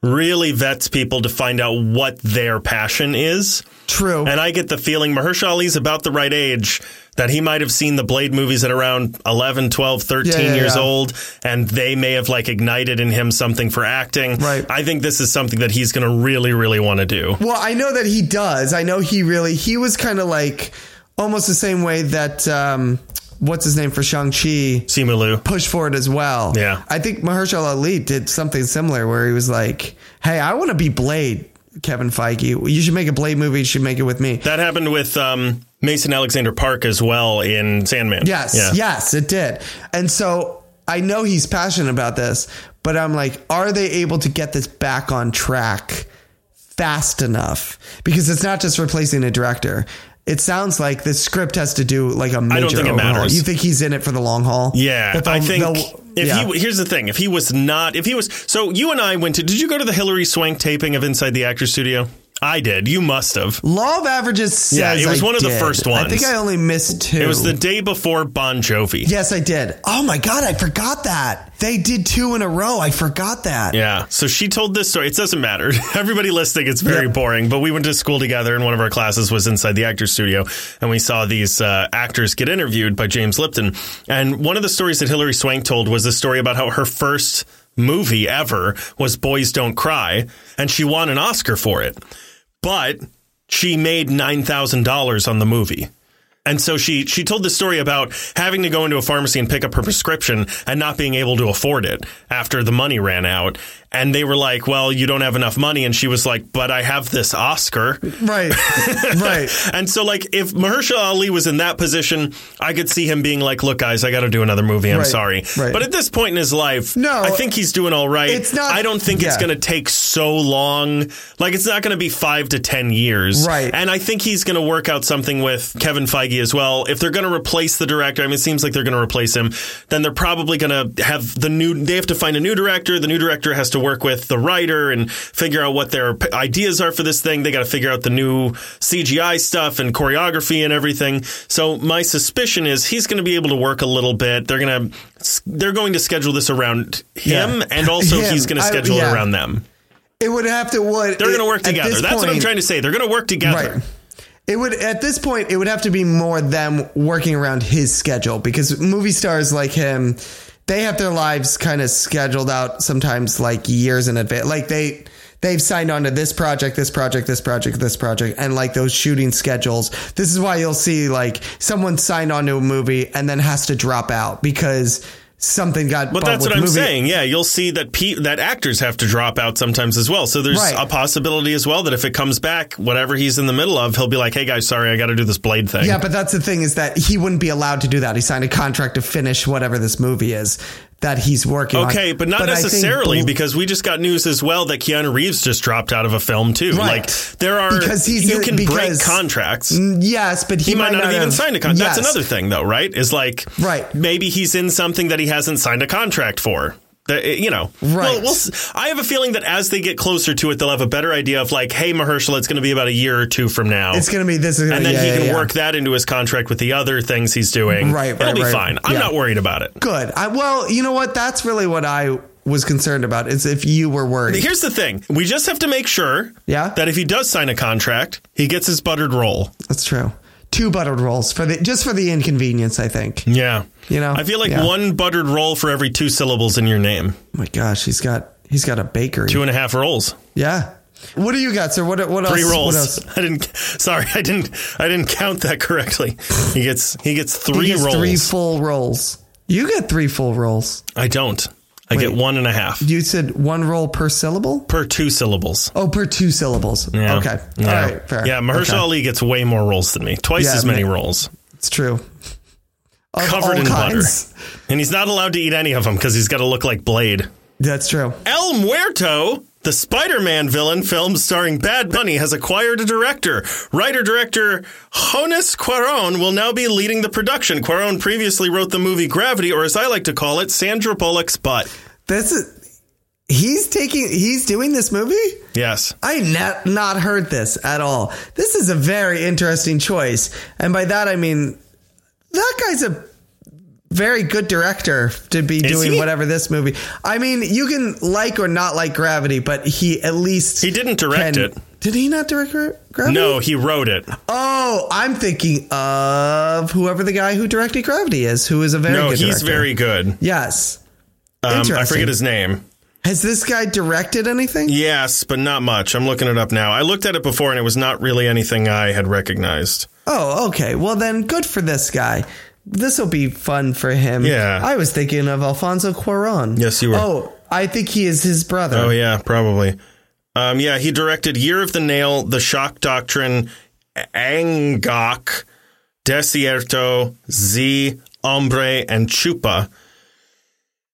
Speaker 1: really vets people to find out what their passion is.
Speaker 2: True.
Speaker 1: And I get the feeling Mahershala Ali's about the right age that he might have seen the Blade movies at around 11, 12, 13
Speaker 2: Yeah, yeah,
Speaker 1: years
Speaker 2: yeah.
Speaker 1: old, and they may have like ignited in him something for acting.
Speaker 2: Right.
Speaker 1: I think this is something that he's going to really, really want to do.
Speaker 2: Well, I know that he does. I know he really he was kind of like almost the same way that um what's his name for Shang Chi
Speaker 1: Simu Liu.
Speaker 2: pushed for it as well.
Speaker 1: Yeah.
Speaker 2: I think Mahershala Ali did something similar where he was like, "Hey, I want to be Blade." Kevin Feige, you should make a Blade movie. You should make it with me.
Speaker 1: That happened with um, Mason Alexander Park as well in Sandman.
Speaker 2: Yes, yes, it did. And so I know he's passionate about this, but I'm like, are they able to get this back on track fast enough? Because it's not just replacing a director. It sounds like the script has to do like a major
Speaker 1: think it
Speaker 2: overhaul.
Speaker 1: matters.
Speaker 2: You think he's in it for the long haul?
Speaker 1: Yeah,
Speaker 2: That
Speaker 1: I
Speaker 2: they'll-
Speaker 1: think
Speaker 2: they'll-
Speaker 1: if
Speaker 2: um, yeah.
Speaker 1: he here's the thing, if he was not, if he was, so you and I went to. Did you go to the Hillary Swank taping of Inside the Actors Studio? I did. You must have.
Speaker 2: Law of Averages says
Speaker 1: Yeah, it was
Speaker 2: I
Speaker 1: one of the
Speaker 2: did.
Speaker 1: first
Speaker 2: I
Speaker 1: ones.
Speaker 2: think I only missed two.
Speaker 1: It was the day before Bon Jovi.
Speaker 2: Yes, I did. Oh my god, I forgot that. They did two in a row. I forgot that.
Speaker 1: Yeah. So she told this story. It doesn't matter. <laughs> Everybody listening, it's very
Speaker 2: Yep.
Speaker 1: boring. But we went to school together, and one of our classes was inside the actors studio, and we saw these uh, actors get interviewed by James Lipton. And one of the stories that Hilary Swank told was the story about how her first movie ever was Boys Don't Cry, and she won an Oscar for it, but she made nine thousand dollars on the movie. And so she she told the story about having to go into a pharmacy and pick up her prescription and not being able to afford it after the money ran out. And they were like, "Well, you don't have enough money." And she was like, "But I have this Oscar."
Speaker 2: Right.
Speaker 1: <laughs>
Speaker 2: right.
Speaker 1: And so like if Mahershala Ali was in that position, I could see him being like, "Look, guys, I got to do another movie. I'm
Speaker 2: Right,
Speaker 1: sorry."
Speaker 2: right.
Speaker 1: But at this point in his life,
Speaker 2: No,
Speaker 1: I think he's doing all right.
Speaker 2: it's not-
Speaker 1: I don't think it's
Speaker 2: yeah.
Speaker 1: going to take so long. Like it's not going to be 5 to 10 years.
Speaker 2: Right.
Speaker 1: And I think he's going to work out something with Kevin Feige as well. If they're going to replace the director, I mean it seems like they're going to replace him, then they're probably going to have the new they have to find a new director. The new director has to work with the writer and figure out what their p- ideas are for this thing. They got to figure out the new CGI stuff and choreography and everything. So my suspicion is he's going to be able to work a little bit. They're going to they're going to schedule this around him
Speaker 2: Yeah.
Speaker 1: and also
Speaker 2: Him.
Speaker 1: he's going to
Speaker 2: I-
Speaker 1: schedule
Speaker 2: yeah.
Speaker 1: it around them.
Speaker 2: It would have to would
Speaker 1: They're going to work together. That's what I'm trying to say. They're going to work together.
Speaker 2: Right. It would at this point it would have to be more them working around his schedule because movie stars like him they have their lives kind of scheduled out sometimes like years in advance. Like they they've signed on to this project, this project, this project, this project and like those shooting schedules. This is why you'll see like someone signed on to a movie and then has to drop out because something got
Speaker 1: But
Speaker 2: bumped
Speaker 1: that's
Speaker 2: with
Speaker 1: what I'm
Speaker 2: movie.
Speaker 1: saying. Yeah, you'll see that pe- that actors have to drop out sometimes as well. So there's
Speaker 2: Right.
Speaker 1: a possibility as well that if it comes back, whatever he's in the middle of, he'll be like, "Hey guys, sorry, I got to do this blade thing."
Speaker 2: Yeah, but that's the thing is that he wouldn't be allowed to do that. He signed a contract to finish whatever this movie is that he's working on.
Speaker 1: Okay, but not
Speaker 2: I think
Speaker 1: necessarily
Speaker 2: Bl-
Speaker 1: because we just got news as well that Keanu Reeves just dropped out of a film too.
Speaker 2: Right.
Speaker 1: Like there are
Speaker 2: Because he's
Speaker 1: you
Speaker 2: a-
Speaker 1: can break
Speaker 2: because-
Speaker 1: contracts.
Speaker 2: yes, but he,
Speaker 1: He might not have even signed a contract. That's
Speaker 2: Yes.
Speaker 1: another thing, though, right? Is like,
Speaker 2: Right.
Speaker 1: Maybe he's in something that he hasn't signed a contract for. That, it- you know,
Speaker 2: Right.
Speaker 1: Well, we'll s- I have a feeling that as they get closer to it, they'll have a better idea of like, hey, Mahershala, it's going to be about a year or two from now,
Speaker 2: It's gonna be this. Is gonna,
Speaker 1: and then
Speaker 2: yeah,
Speaker 1: he
Speaker 2: yeah,
Speaker 1: can
Speaker 2: yeah.
Speaker 1: work that into his contract with the other things he's doing.
Speaker 2: Right,
Speaker 1: it'll
Speaker 2: right,
Speaker 1: be
Speaker 2: right.
Speaker 1: fine. I'm
Speaker 2: Yeah.
Speaker 1: not worried about it.
Speaker 2: Good. I, well, you know what? That's really what I was concerned about. Is if you were worried.
Speaker 1: Here's the thing: we just have to make sure,
Speaker 2: Yeah?
Speaker 1: that if he does sign a contract, he gets his buttered roll.
Speaker 2: That's true. Two buttered rolls for the just for the inconvenience. I think.
Speaker 1: Yeah,
Speaker 2: You know,
Speaker 1: I feel like
Speaker 2: yeah.
Speaker 1: one buttered roll for every two syllables in your name.
Speaker 2: Oh my gosh, he's got he's got a bakery.
Speaker 1: Two and a half rolls.
Speaker 2: yeah, What do you got, sir? What what
Speaker 1: Three
Speaker 2: else? What
Speaker 1: rolls.
Speaker 2: else?
Speaker 1: <laughs> I didn't. Sorry, I didn't. I didn't count that correctly. He gets. He gets three
Speaker 2: He gets
Speaker 1: rolls.
Speaker 2: three full rolls. You get three full rolls.
Speaker 1: I don't. I get one and a half
Speaker 2: You said one roll per syllable?
Speaker 1: per two syllables.
Speaker 2: Oh, per two syllables.
Speaker 1: Yeah.
Speaker 2: Okay.
Speaker 1: Yeah.
Speaker 2: All right. Fair.
Speaker 1: Yeah, Mahershala
Speaker 2: Okay.
Speaker 1: Ali gets way more rolls than me. Twice
Speaker 2: Yeah,
Speaker 1: as many
Speaker 2: man.
Speaker 1: rolls.
Speaker 2: It's true. Of
Speaker 1: Covered
Speaker 2: all
Speaker 1: in
Speaker 2: kinds.
Speaker 1: butter. And he's not allowed to eat any of them because he's got to look like Blade.
Speaker 2: That's true.
Speaker 1: El Muerto, the Spider Man villain film starring Bad Bunny, has acquired a director. Writer director Jonas Cuaron will now be leading the production. Cuaron previously wrote the movie Gravity, or as I like to call it, Sandra Bullock's Butt.
Speaker 2: This is. He's taking. He's doing this movie.
Speaker 1: Yes.
Speaker 2: I not not heard this at all. This is a very interesting choice, and by that I mean that guy's a very good director to be doing
Speaker 1: he?
Speaker 2: whatever this movie. I mean, you can like or not like Gravity, but he at least
Speaker 1: He didn't direct
Speaker 2: can-
Speaker 1: it.
Speaker 2: Did he not direct Gra- Gravity?
Speaker 1: No, he wrote it.
Speaker 2: Oh, I'm thinking of whoever the guy who directed Gravity is, who is a very
Speaker 1: No,
Speaker 2: good
Speaker 1: he's
Speaker 2: director.
Speaker 1: very good.
Speaker 2: yes.
Speaker 1: Um, I
Speaker 2: Interesting.
Speaker 1: forget his name.
Speaker 2: Has this guy directed anything?
Speaker 1: Yes, but not much. I'm looking it up now. I looked at it before and it was not really anything I had recognized.
Speaker 2: Oh, okay. Well, then, good for this guy. This will be fun for him.
Speaker 1: Yeah.
Speaker 2: I was thinking of Alfonso Cuaron.
Speaker 1: Yes, you were.
Speaker 2: Oh, I think he is his brother.
Speaker 1: Oh yeah, probably. Um, yeah, he directed Year of the Nail, The Shock Doctrine, Angok, Desierto, Z, Hombre, and Chupa.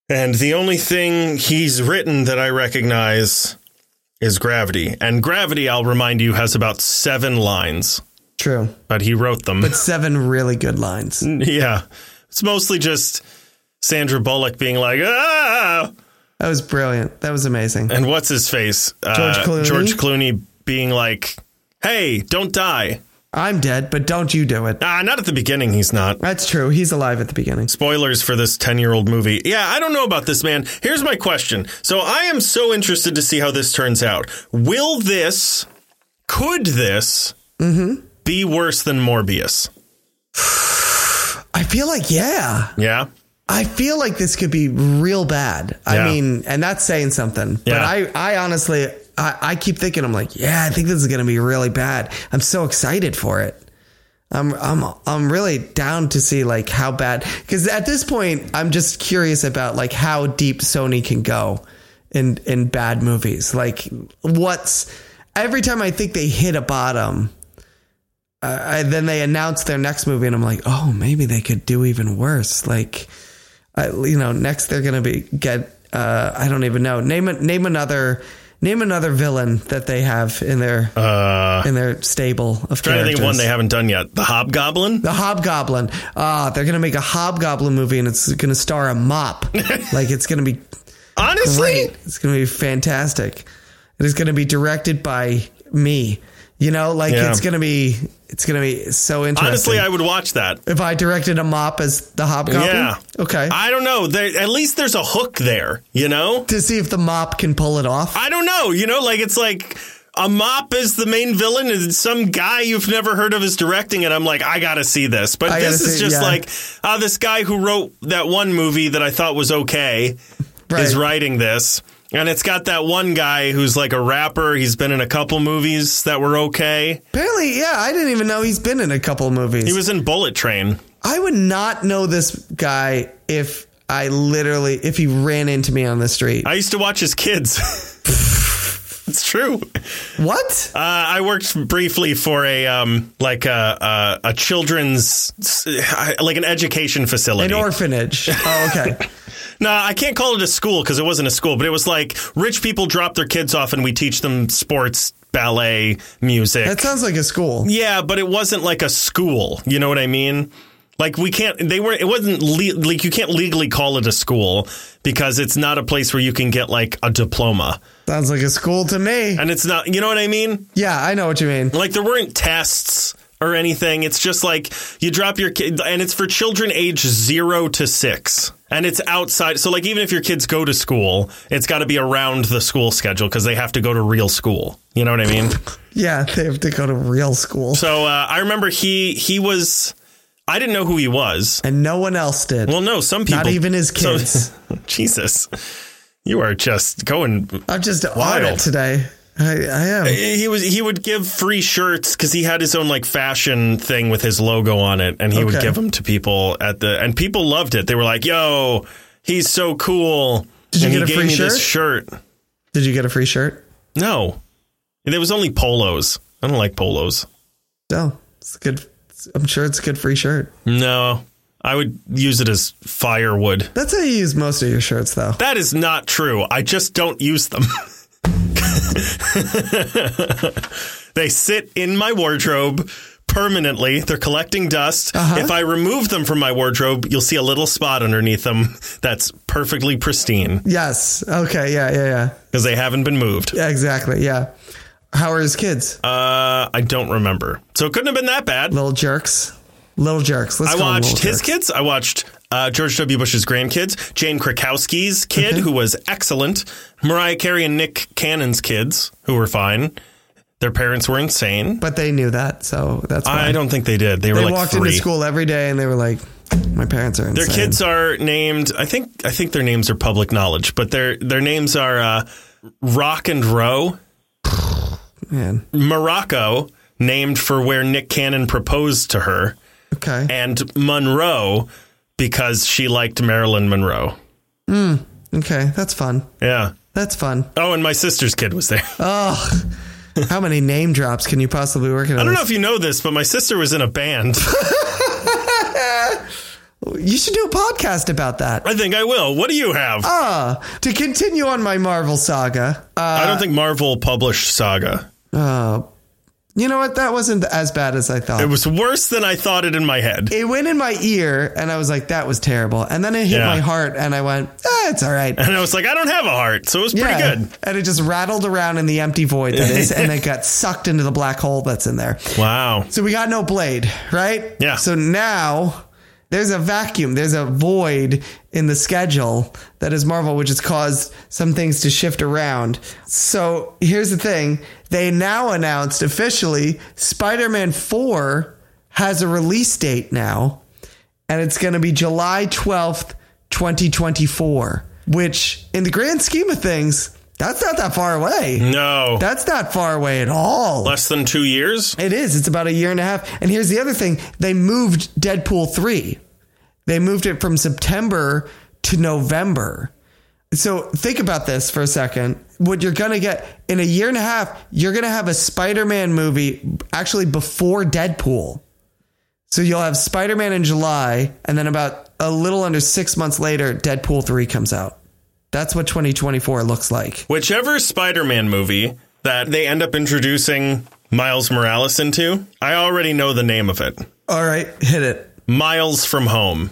Speaker 1: And the only thing he's written that I recognize is Gravity. And Gravity, I'll remind you, has about seven lines,
Speaker 2: True.
Speaker 1: but he wrote them.
Speaker 2: Seven really good
Speaker 1: <laughs>
Speaker 2: lines.
Speaker 1: yeah, it's mostly just Sandra Bullock being like, ah,
Speaker 2: That was brilliant. That was amazing.
Speaker 1: and what's his face? George
Speaker 2: Clooney?
Speaker 1: George Clooney being like, "Hey, don't die."
Speaker 2: I'm dead, but don't you do it.
Speaker 1: Ah, not at the beginning. He's not.
Speaker 2: That's true. He's alive at the beginning.
Speaker 1: Spoilers for this ten-year-old movie. Yeah, I don't know about this man. Here's my question. So I am so interested to see how this turns out. Will this? Could this?
Speaker 2: Mm-hmm.
Speaker 1: Be worse than Morbius?
Speaker 2: I feel like, yeah.
Speaker 1: Yeah.
Speaker 2: I feel like this could be real bad.
Speaker 1: Yeah.
Speaker 2: I mean, and that's saying something.
Speaker 1: Yeah.
Speaker 2: But I, I honestly, I, I keep thinking, I'm like, yeah, I think this is going to be really bad. I'm so excited for it. I'm, I'm, I'm really down to see like how bad, because at this point, I'm just curious about like how deep Sony can go in, in bad movies. Like what's every time I think they hit a bottom, uh, I, then they announce their next movie, and I'm like, oh, maybe they could do even worse. Like, I, you know, next they're gonna be get. Uh, I don't even know. Name a, name another name another villain that they have in their in their stable of
Speaker 1: Uh, Trying to
Speaker 2: characters.
Speaker 1: think of one they haven't done yet. The Hobgoblin.
Speaker 2: the Hobgoblin. Ah, they're gonna make a Hobgoblin movie, and it's gonna star
Speaker 1: <laughs>
Speaker 2: a mop. like it's gonna be
Speaker 1: Honestly,
Speaker 2: great. It's going to be fantastic. It is going to be directed by me. You know, like
Speaker 1: Yeah.
Speaker 2: it's going to be it's going to be so interesting.
Speaker 1: honestly, I would watch that.
Speaker 2: if I directed a mop as the hobgoblin,
Speaker 1: Yeah.
Speaker 2: okay,
Speaker 1: I don't know. There, at least there's a hook there. You know.
Speaker 2: to see if the mop can pull it off.
Speaker 1: I don't know. You know, like it's like a mop is the main villain, and some guy you've never heard of is directing it. I'm like, I gotta see this. But
Speaker 2: I
Speaker 1: this
Speaker 2: gotta
Speaker 1: is
Speaker 2: see-
Speaker 1: just
Speaker 2: yeah.
Speaker 1: like ah, this guy who wrote that one movie that I thought was okay is writing this. And it's got that one guy who's like a rapper. He's been in a couple movies that were okay.
Speaker 2: Apparently, yeah, I didn't even know he's been in a couple movies.
Speaker 1: He was in Bullet Train.
Speaker 2: I would not know this guy if I literally if he ran into me on the street.
Speaker 1: I used to watch his kids. <laughs> it's true.
Speaker 2: what?
Speaker 1: Uh, I worked briefly for a um, like a, a, a children's like an education
Speaker 2: An
Speaker 1: facility.
Speaker 2: orphanage.
Speaker 1: <laughs>
Speaker 2: Oh, okay.
Speaker 1: no, I can't call it a school because it wasn't a school, but it was like rich people drop their kids off and we teach them sports, ballet, music.
Speaker 2: that sounds like a school.
Speaker 1: yeah, but it wasn't like a school. You know what I mean? Like we can't. They were. It wasn't le- like you can't legally call it a school because it's not a place where you can get like a diploma,
Speaker 2: Sounds like a school to me.
Speaker 1: and it's not. You know what I mean?
Speaker 2: Yeah, I know what you mean.
Speaker 1: Like there weren't tests or anything. It's just like you drop your kid, and it's for children age zero to six, and it's outside. So like even if your kids go to school, it's got to be around the school schedule because they have to go to real school. You know what I mean?
Speaker 2: Yeah, they have to go to real school.
Speaker 1: so uh, I remember he he was. I didn't know who he was.
Speaker 2: and no one else did.
Speaker 1: Well, no, some people
Speaker 2: Not even his
Speaker 1: <laughs> So-
Speaker 2: kids.
Speaker 1: Jesus, you are just going
Speaker 2: I'm just on
Speaker 1: Wild.
Speaker 2: it today. I, I am.
Speaker 1: Eh, He was he would give free shirts because he had his own like fashion thing with his logo on it, and he would
Speaker 2: Okay.
Speaker 1: give them to people at the and people loved it. They were like, "Yo, he's so cool!"
Speaker 2: Did you
Speaker 1: and
Speaker 2: get a
Speaker 1: he
Speaker 2: free
Speaker 1: gave me this shirt.
Speaker 2: Did you get a free shirt?
Speaker 1: No, there was only polos. I don't like polos.
Speaker 2: No, it's a good. I'm sure it's a good free shirt.
Speaker 1: No, I would use it as firewood.
Speaker 2: That's how you use most of your shirts, though.
Speaker 1: That is not true. I just don't use them. <laughs> they sit in my wardrobe permanently. They're collecting dust. If I remove them from my wardrobe, you'll see a little spot underneath them that's perfectly pristine
Speaker 2: Yes. Okay. Yeah. Yeah. Yeah.
Speaker 1: because they haven't been moved.
Speaker 2: Yeah. Exactly. Yeah. How are his kids?
Speaker 1: Uh, I don't remember. So it couldn't have been that bad.
Speaker 2: little jerks. Little jerks. Let's
Speaker 1: I
Speaker 2: call 'em
Speaker 1: watched
Speaker 2: little
Speaker 1: his
Speaker 2: jerks.
Speaker 1: kids. I watched uh, George W. Bush's grandkids, Jane Krakowski's kid, who was excellent, Mariah Carey and Nick Cannon's kids, who were fine. Their parents were insane.
Speaker 2: But they knew that, so that's why
Speaker 1: I don't think they did. They were
Speaker 2: they
Speaker 1: like
Speaker 2: walked
Speaker 1: three.
Speaker 2: into school every day and they were like, "My parents are
Speaker 1: Their
Speaker 2: insane."
Speaker 1: kids are named. I think. I think their names are public knowledge, but their their names are uh, Rock and Row,
Speaker 2: Man.
Speaker 1: Morocco, named for where Nick Cannon proposed to her,
Speaker 2: Okay.
Speaker 1: and Monroe because she liked Marilyn Monroe.
Speaker 2: Okay. That's fun.
Speaker 1: Yeah.
Speaker 2: That's fun. <laughs>
Speaker 1: Oh, and my sister's kid was there.
Speaker 2: Oh, how many name drops can you possibly work in?
Speaker 1: I don't know if you know this, but my sister was in a band.
Speaker 2: You should do a podcast about that.
Speaker 1: I think I will. What do you have?
Speaker 2: Uh, to continue on my Marvel saga, uh, oh.
Speaker 1: I don't think Marvel published Saga.
Speaker 2: you know what? That wasn't as bad as I thought.
Speaker 1: It was worse than I thought it in my head.
Speaker 2: it went in my ear, and I was like, "That was terrible." And then it hit
Speaker 1: Yeah.
Speaker 2: my heart, and I went, ah, "It's all right."
Speaker 1: And I was like, I don't have a heart, so it was <laughs> pretty good.
Speaker 2: And it just rattled around in the empty void that is, and it got sucked into the black hole that's in there.
Speaker 1: Wow.
Speaker 2: So we got no blade, right?
Speaker 1: Yeah.
Speaker 2: So now there's a vacuum, there's a void in the schedule that is Marvel, which has caused some things to shift around. So here's the thing they now announced officially Spider Man 4 has a release date now, and it's going to be July 12th, 2024, which in the grand scheme of things, that's not that far
Speaker 1: Mm.
Speaker 2: away.
Speaker 1: No.
Speaker 2: That's not far away at all.
Speaker 1: Less than two years?
Speaker 2: It is. It's about a year and a half. And here's the other thing they moved Deadpool 3, they moved it from September to November. So think about this for a second. What you're going to get in a year and a half, you're going to have a Spider Man movie actually before Deadpool. So you'll have Spider Man in July, and then about a little under six months later, Deadpool 3 comes out. That's what 2024 looks like.
Speaker 1: Whichever Spider Man movie that they end up introducing Miles Morales into, I already know the name of it
Speaker 2: All right, hit it.
Speaker 1: Miles from Home.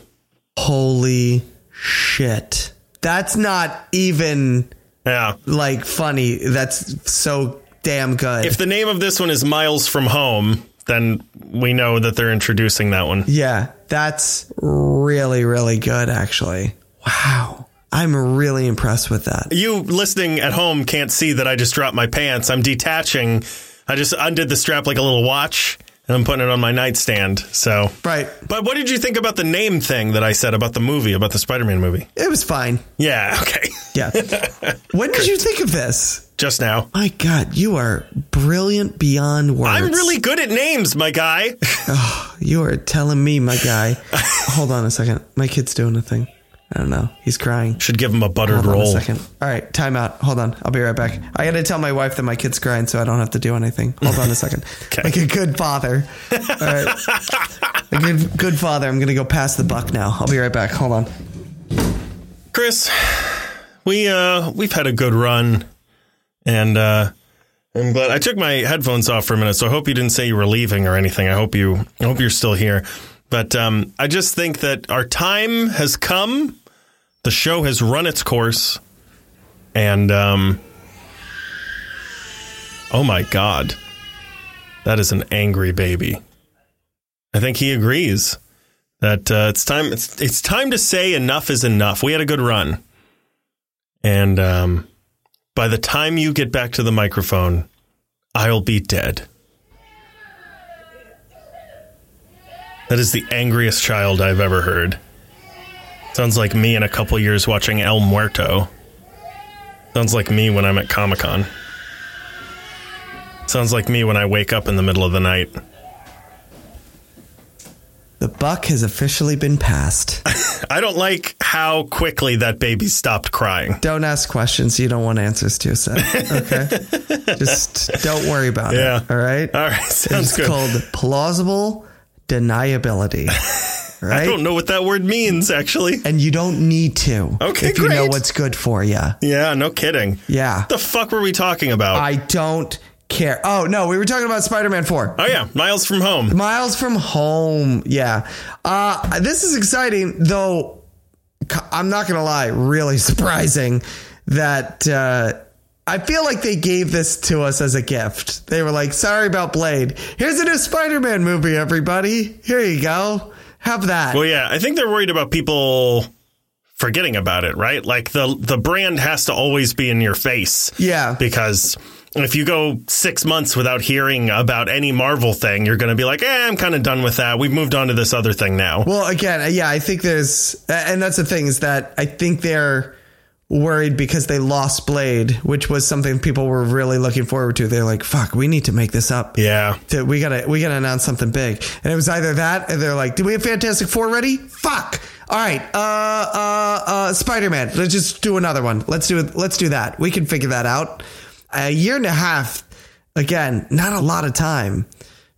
Speaker 2: Holy shit. That's not even
Speaker 1: Yeah.
Speaker 2: like funny. That's so damn good.
Speaker 1: If the name of this one is Miles from Home, then we know that they're introducing that one.
Speaker 2: yeah, that's really, really good, actually. Wow. I'm really impressed with that.
Speaker 1: you listening at home can't see that I just dropped my pants. I'm detaching. I just undid the strap like a little watch and I'm putting it on my nightstand. So,
Speaker 2: Right.
Speaker 1: but what did you think about the name thing that I said about the movie, about the Spider Man movie?
Speaker 2: It was fine.
Speaker 1: Yeah, <laughs> okay.
Speaker 2: Yeah. when did you think of this?
Speaker 1: Just now.
Speaker 2: My God, you are brilliant beyond words.
Speaker 1: I'm really good at names, my guy. <laughs>
Speaker 2: You are telling me, my guy. Hold on a second. My kid's doing a thing. I don't know. He's crying.
Speaker 1: Should give him a buttered
Speaker 2: Hold on
Speaker 1: roll.
Speaker 2: a second. All right, time out. Hold on. I'll be right back. I got to tell my wife that my kids grind so I don't have to do anything. Hold on
Speaker 1: <laughs>
Speaker 2: a second. Like a good father. All right. a good, good father. I'm going to go pass the buck now. I'll be right back. Hold on.
Speaker 1: Chris, we uh we've had a good run and uh I'm glad I took my headphones off for a minute, so I hope you didn't say you were leaving or anything. I hope you I hope you're still here. But um I just think that our time has come. The show has run its course. And um Oh my god. That is an angry baby. I think he agrees that uh, it's time it's it's time to say enough is enough. We had a good run, and um, by the time you get back to the microphone, I'll be dead. That is the angriest child I've ever heard. Sounds like me in a couple years watching El Muerto. Sounds like me when I'm at Comic Con. Sounds like me when I wake up in the middle of the night.
Speaker 2: The buck has officially been passed.
Speaker 1: I don't like how quickly that baby stopped crying.
Speaker 2: don't ask questions you don't want answers to, Seth.
Speaker 1: <laughs>
Speaker 2: Okay? Just don't worry about
Speaker 1: Yeah.
Speaker 2: it. All right?
Speaker 1: All right, <laughs> sounds
Speaker 2: It's
Speaker 1: good.
Speaker 2: called plausible
Speaker 1: <laughs>
Speaker 2: deniability. Right?
Speaker 1: I don't know what that word means, actually.
Speaker 2: and you don't need to.
Speaker 1: Okay,
Speaker 2: if you know
Speaker 1: great.
Speaker 2: what's good for you.
Speaker 1: Yeah, no kidding.
Speaker 2: Yeah.
Speaker 1: What the fuck were we talking about?
Speaker 2: I don't care. Oh no, we were talking about Spider-Man 4.
Speaker 1: oh yeah, Miles from Home.
Speaker 2: Miles from Home. Yeah. Uh, this is exciting, though. c- I'm not going to lie, really <laughs> surprising that uh, I feel like they gave this to us as a gift. They were like, sorry about Blade. Here's a new Spider Man movie, everybody. Here you go. Have that.
Speaker 1: Well, Oh, yeah, I think they're worried about people forgetting about it, right? Like the the brand has to always be in your face.
Speaker 2: yeah.
Speaker 1: because if you go six months without hearing about any Marvel thing, you're going to be like, eh, I'm kind of done with that. We've moved on to this other thing now.
Speaker 2: Well, again, yeah, I think there's, and that's the thing is that I think they're worried because they lost Blade, which was something people were really looking forward to. They're like, fuck, we need to make this up.
Speaker 1: yeah.
Speaker 2: that we gotta we gotta announce something big. And it was either that, and they're like, "Do we have Fantastic Four ready? Fuck! All right, uh, uh, uh, Spider Man. Let's just do another one. Let's do it. Let's do that. We can figure that out." A year and a half, again, not a lot of time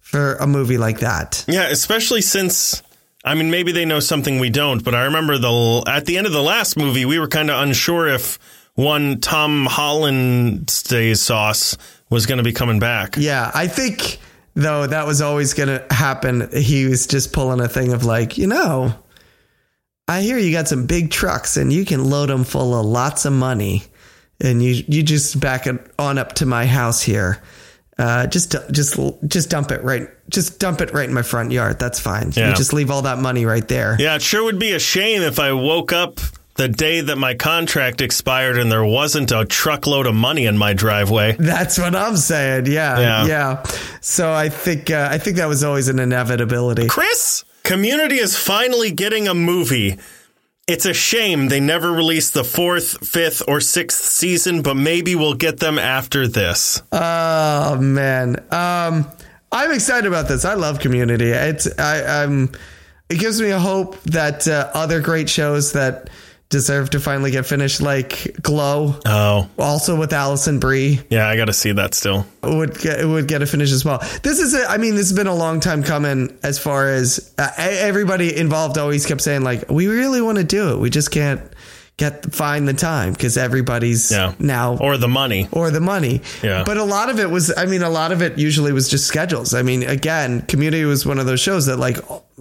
Speaker 2: for a movie like that.
Speaker 1: Yeah. Especially since, I mean, maybe they know something we don't, but I remember the at the end of the last movie, we were kind of unsure if one Tom Holland stays sauce was going to be coming back.
Speaker 2: Yeah, I think though that was always gonna happen. He was just pulling a thing of like, you know. I hear you got some big trucks and you can load them full of lots of money. And you you just back it on up to my house here. Uh, just just just dump it right just dump it right in my front yard. That's fine.
Speaker 1: Yeah.
Speaker 2: You just leave all that money right there.
Speaker 1: Yeah, it sure would be a shame if I woke up the day that my contract expired and there wasn't a truckload of money in my driveway.
Speaker 2: That's what I'm saying. Yeah,
Speaker 1: Yeah.
Speaker 2: yeah. So I think uh, I think that was always an inevitability.
Speaker 1: Chris, Community is finally getting a movie. It's a shame they never released the fourth, fifth, or sixth season, but maybe we'll get them after this.
Speaker 2: Oh man, um, I'm excited about this. I love Community. It's I, I'm. It gives me a hope that uh, other great shows that deserve to finally get finished, like Glow,
Speaker 1: Oh,
Speaker 2: also with Allison Brie,
Speaker 1: yeah, I got to see that still.
Speaker 2: would get, would get a finish as well. This is, a, I mean, this has been a long time coming. As far as uh, e- everybody involved always kept saying, like, we really want to do it, we just can't get find the time because everybody's
Speaker 1: Yeah.
Speaker 2: now
Speaker 1: Or the money.
Speaker 2: or the money.
Speaker 1: Yeah.
Speaker 2: But a lot of it was, I mean, a lot of it usually was just schedules. I mean, again, Community was one of those shows that like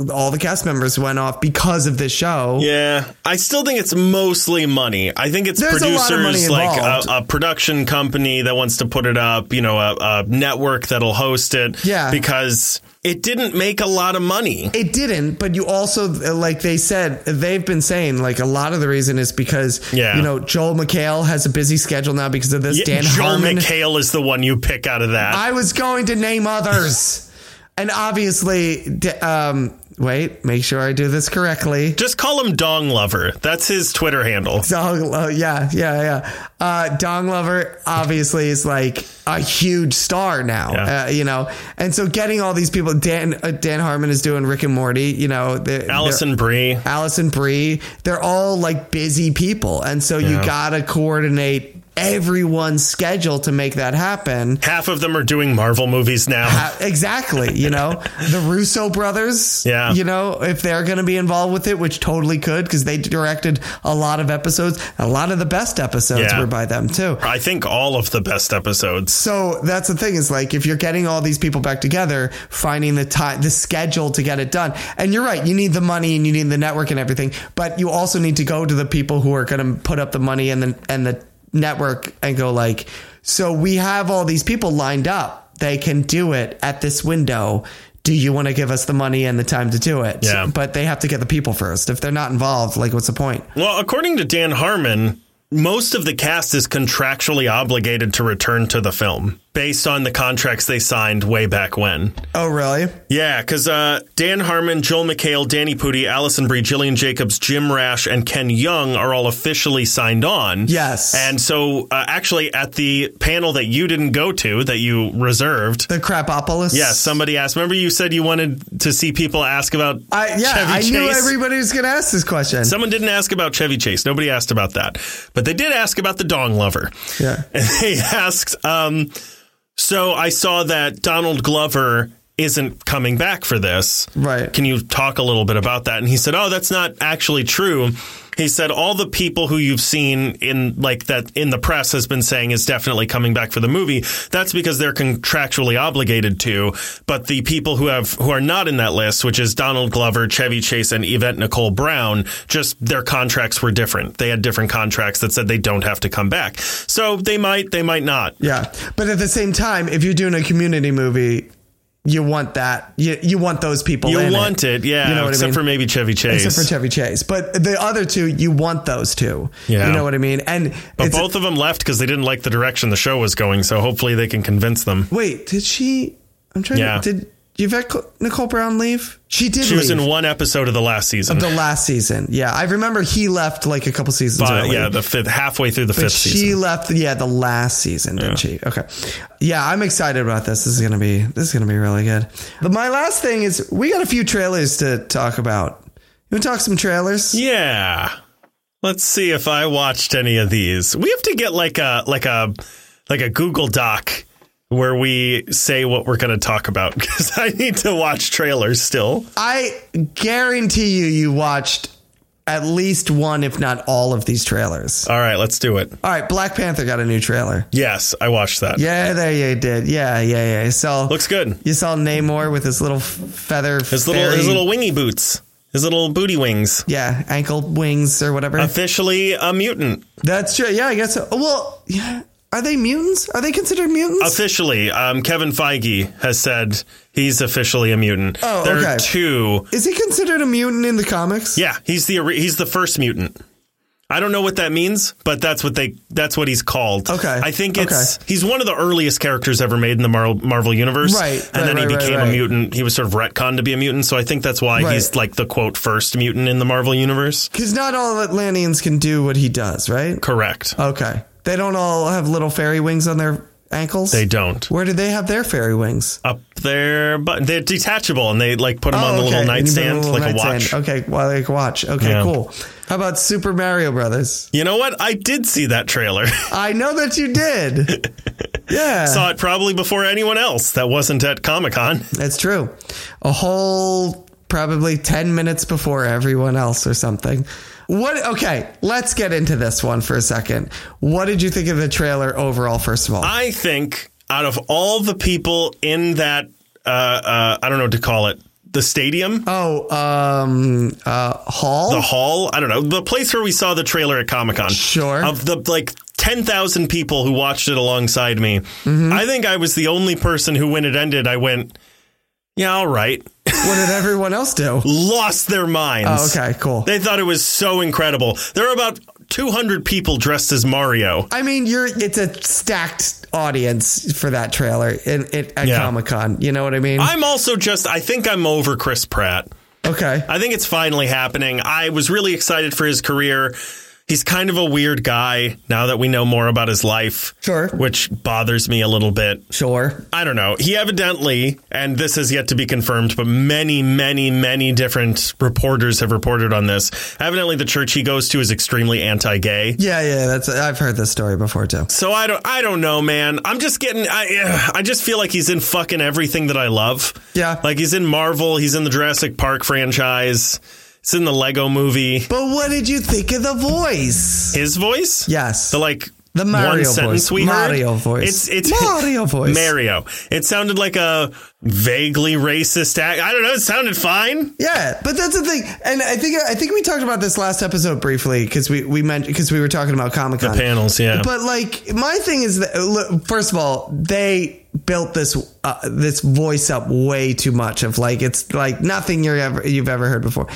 Speaker 2: all the cast members went off because of this show.
Speaker 1: Yeah, I still think it's mostly money. I think it's
Speaker 2: There's a
Speaker 1: producers
Speaker 2: lot of money
Speaker 1: like
Speaker 2: involved.
Speaker 1: a, a production company that wants to put it up, you know, a, a network that'll host it.
Speaker 2: Yeah.
Speaker 1: because it didn't make a lot of money.
Speaker 2: It didn't, but you also like they said they've been saying like a lot of the reason is because
Speaker 1: Yeah.
Speaker 2: you know Joel McHale has a busy schedule now because of this. Dan
Speaker 1: Joel
Speaker 2: Harmon,
Speaker 1: McHale is the one you pick out of that.
Speaker 2: I was going to name
Speaker 1: <laughs>
Speaker 2: others, and obviously, d- um, wait, make sure I do this correctly.
Speaker 1: Just call him Dong Lover. That's his Twitter handle.
Speaker 2: Dong, lo- yeah, yeah, yeah. Uh, Dong Lover obviously is like a huge star now,
Speaker 1: Yeah.
Speaker 2: uh, you know, and so getting all these people, Dan uh, Dan Harmon is doing Rick and Morty, you know, they're-
Speaker 1: Allison Brie.
Speaker 2: they're- Allison Brie, they're all like busy people, and so you gotta coordinate everyone's schedule to make that happen.
Speaker 1: Half of them are doing Marvel movies now.
Speaker 2: Uh, exactly, you know, the Russo brothers,
Speaker 1: Yeah.
Speaker 2: you know, if they're going to be involved with it, which totally could because they directed a lot of episodes, a lot of the best episodes
Speaker 1: Yeah.
Speaker 2: were by them too.
Speaker 1: I think all of the best episodes.
Speaker 2: So that's the thing is like if you're getting all these people back together, finding the time, the schedule to get it done. And you're right, you need the money and you need the network and everything, but you also need to go to the people who are going to put up the money and the and the network and go like, so we have all these people lined up. They can do it at this window. Do you want to give us the money and the time to do it?
Speaker 1: Yeah.
Speaker 2: But they have to get the people first. If they're not involved, like what's the point?
Speaker 1: Well, according to Dan Harmon, most of the cast is contractually obligated to return to the film. based on the contracts they signed way back when.
Speaker 2: Oh, really?
Speaker 1: Yeah, because uh, Dan Harmon, Joel McHale, Danny Pudi, Allison Brie, Jillian Jacobs, Jim Rash, and Ken Young are all officially signed on.
Speaker 2: Yes.
Speaker 1: And so, uh, actually, at the panel that you didn't go to, that you reserved,
Speaker 2: The Crapopolis?
Speaker 1: yeah, somebody asked. Remember, you said you wanted to see people ask about
Speaker 2: I, yeah,
Speaker 1: Chevy
Speaker 2: I knew
Speaker 1: Chase?
Speaker 2: everybody was going to ask this question.
Speaker 1: Someone didn't ask about Chevy Chase. Nobody asked about that. But they did ask about the Dong Lover.
Speaker 2: Yeah.
Speaker 1: <laughs> And they asked, um, so I saw that Donald Glover isn't coming back for this.
Speaker 2: Right.
Speaker 1: Can you talk a little bit about that? And he said, Oh, that's not actually true. He said all the people who you've seen in like that in the press has been saying is definitely coming back for the movie. That's because they're contractually obligated to. But the people who have who are not in that list, which is Donald Glover, Chevy Chase, and Yvette Nicole Brown, just their contracts were different. They had different contracts that said they don't have to come back. So they might, they might not.
Speaker 2: Yeah. But at the same time, if you're doing a community movie, you want that. You, you want those people in
Speaker 1: You
Speaker 2: it.
Speaker 1: want it, yeah.
Speaker 2: You know what I
Speaker 1: except
Speaker 2: mean?
Speaker 1: for maybe Chevy Chase.
Speaker 2: Except for Chevy Chase. But the other two, you want those two.
Speaker 1: Yeah.
Speaker 2: You know what I mean? And
Speaker 1: But
Speaker 2: it's-
Speaker 1: both of them left because they didn't like the direction the show was going. So hopefully they can convince them.
Speaker 2: wait, did she? I'm trying
Speaker 1: Yeah.
Speaker 2: to. Did Yvette Co- Nicole Brown leave? She did
Speaker 1: She
Speaker 2: leave.
Speaker 1: was in one episode of the last season.
Speaker 2: the last season. Yeah. I remember he left like a couple seasons
Speaker 1: Uh,
Speaker 2: early.
Speaker 1: yeah, the fifth, halfway through the
Speaker 2: But
Speaker 1: fifth
Speaker 2: she
Speaker 1: season.
Speaker 2: left yeah the last season didn't she okay yeah i'm excited about this this is gonna be this is gonna be really good but my last thing is we got a few trailers to talk about you want to talk some trailers
Speaker 1: Yeah. Let's see if I watched any of these. We have to get like a like a like a Google Doc where we say what we're going to talk about <laughs> because I need to watch trailers still.
Speaker 2: i guarantee you you watched at least one if not all of these trailers
Speaker 1: All right, let's do it.
Speaker 2: all right black panther got a new trailer
Speaker 1: Yes, I watched that.
Speaker 2: yeah there you did yeah yeah yeah so
Speaker 1: Looks good.
Speaker 2: you saw namor with his little f- feather
Speaker 1: His little
Speaker 2: fairy-
Speaker 1: his little wingy boots. His little booty wings.
Speaker 2: yeah ankle wings or whatever
Speaker 1: Officially a mutant.
Speaker 2: That's true. Yeah, I guess. So. Oh, Well, yeah. Are they mutants? Are they considered mutants?
Speaker 1: Officially, um, Kevin Feige has said he's officially a mutant.
Speaker 2: Oh,
Speaker 1: there
Speaker 2: okay.
Speaker 1: are two.
Speaker 2: Is he considered a mutant in the comics?
Speaker 1: Uh, Yeah, he's the ori- he's the first mutant. I don't know what that means, but that's what they that's what he's called.
Speaker 2: Okay.
Speaker 1: I think it's he's one of the earliest characters ever made in the Mar- Marvel universe.
Speaker 2: Right,
Speaker 1: and
Speaker 2: right,
Speaker 1: then he
Speaker 2: right, right,
Speaker 1: became
Speaker 2: right.
Speaker 1: a mutant. He was sort of retconned to be a mutant, so I think that's why
Speaker 2: Right.
Speaker 1: he's like the quote first mutant in the Marvel universe.
Speaker 2: Because not all Atlanteans can do what he does, right?
Speaker 1: Correct.
Speaker 2: Okay. They don't all have little fairy wings on their ankles.
Speaker 1: They don't.
Speaker 2: Where do they have their fairy wings?
Speaker 1: Up there, but they're detachable, and they like put them on the little
Speaker 2: Oh, And you put
Speaker 1: nightstand,
Speaker 2: little
Speaker 1: like a
Speaker 2: nightstand.
Speaker 1: watch.
Speaker 2: Okay, well, like a watch. Okay,
Speaker 1: Yeah.
Speaker 2: cool. How about Super Mario Brothers?
Speaker 1: You know what? I did see that trailer. <laughs>
Speaker 2: I know that you did. yeah,
Speaker 1: Saw it probably before anyone else that wasn't at Comic Con.
Speaker 2: that's true. A whole probably ten minutes before everyone else or something. What? Okay, let's get into this one for a second. What did you think of the trailer overall? First of all,
Speaker 1: I think out of all the people in that, uh, uh, I don't know what to call it, the stadium,
Speaker 2: Oh, um, uh, Hall.
Speaker 1: the hall, I don't know, the place where we saw the trailer at Comic Con.
Speaker 2: Sure.
Speaker 1: Of the like 10,000 people who watched it alongside me,
Speaker 2: Mm-hmm.
Speaker 1: I think I was the only person who, when it ended, I went, yeah, all right.
Speaker 2: what did everyone
Speaker 1: <laughs>
Speaker 2: else do?
Speaker 1: Lost their minds.
Speaker 2: Oh, okay, cool.
Speaker 1: They thought it was so incredible. There were about 200 people dressed as Mario.
Speaker 2: I mean, you're it's a stacked audience for that trailer in, it, at
Speaker 1: Yeah.
Speaker 2: Comic Con. You know what I mean?
Speaker 1: I'm also just, I think I'm over Chris Pratt.
Speaker 2: okay.
Speaker 1: I think it's finally happening. I was really excited for his career. He's kind of a weird guy now that we know more about his life.
Speaker 2: Sure.
Speaker 1: Which bothers me a little bit.
Speaker 2: Sure.
Speaker 1: I don't know. He evidently, and this has yet to be confirmed, but many, many, many different reporters have reported on this. Evidently, the church he goes to is extremely anti gay.
Speaker 2: Yeah, yeah. That's I've heard this story before too.
Speaker 1: So I don't, I don't know, man. I'm just getting, I, ugh, I just feel like he's in fucking everything that I love.
Speaker 2: Yeah.
Speaker 1: Like he's in Marvel, he's in the Jurassic Park franchise, he's in the Lego movie.
Speaker 2: But what did you think of the voice?
Speaker 1: His voice?
Speaker 2: Yes.
Speaker 1: The like
Speaker 2: The Mario
Speaker 1: one sentence
Speaker 2: voice.
Speaker 1: we heard?
Speaker 2: Mario voice.
Speaker 1: It's it's <laughs>
Speaker 2: Mario voice.
Speaker 1: Mario. It sounded like a vaguely racist act. I don't know. It sounded fine.
Speaker 2: Yeah, but that's the thing, and I think I think we talked about this last episode briefly because we we meant because we were talking about Comic Con
Speaker 1: Panels, yeah.
Speaker 2: But like my thing is that look, first of all, they built this uh, this voice up way too much of like it's like nothing you're ever you've ever heard before,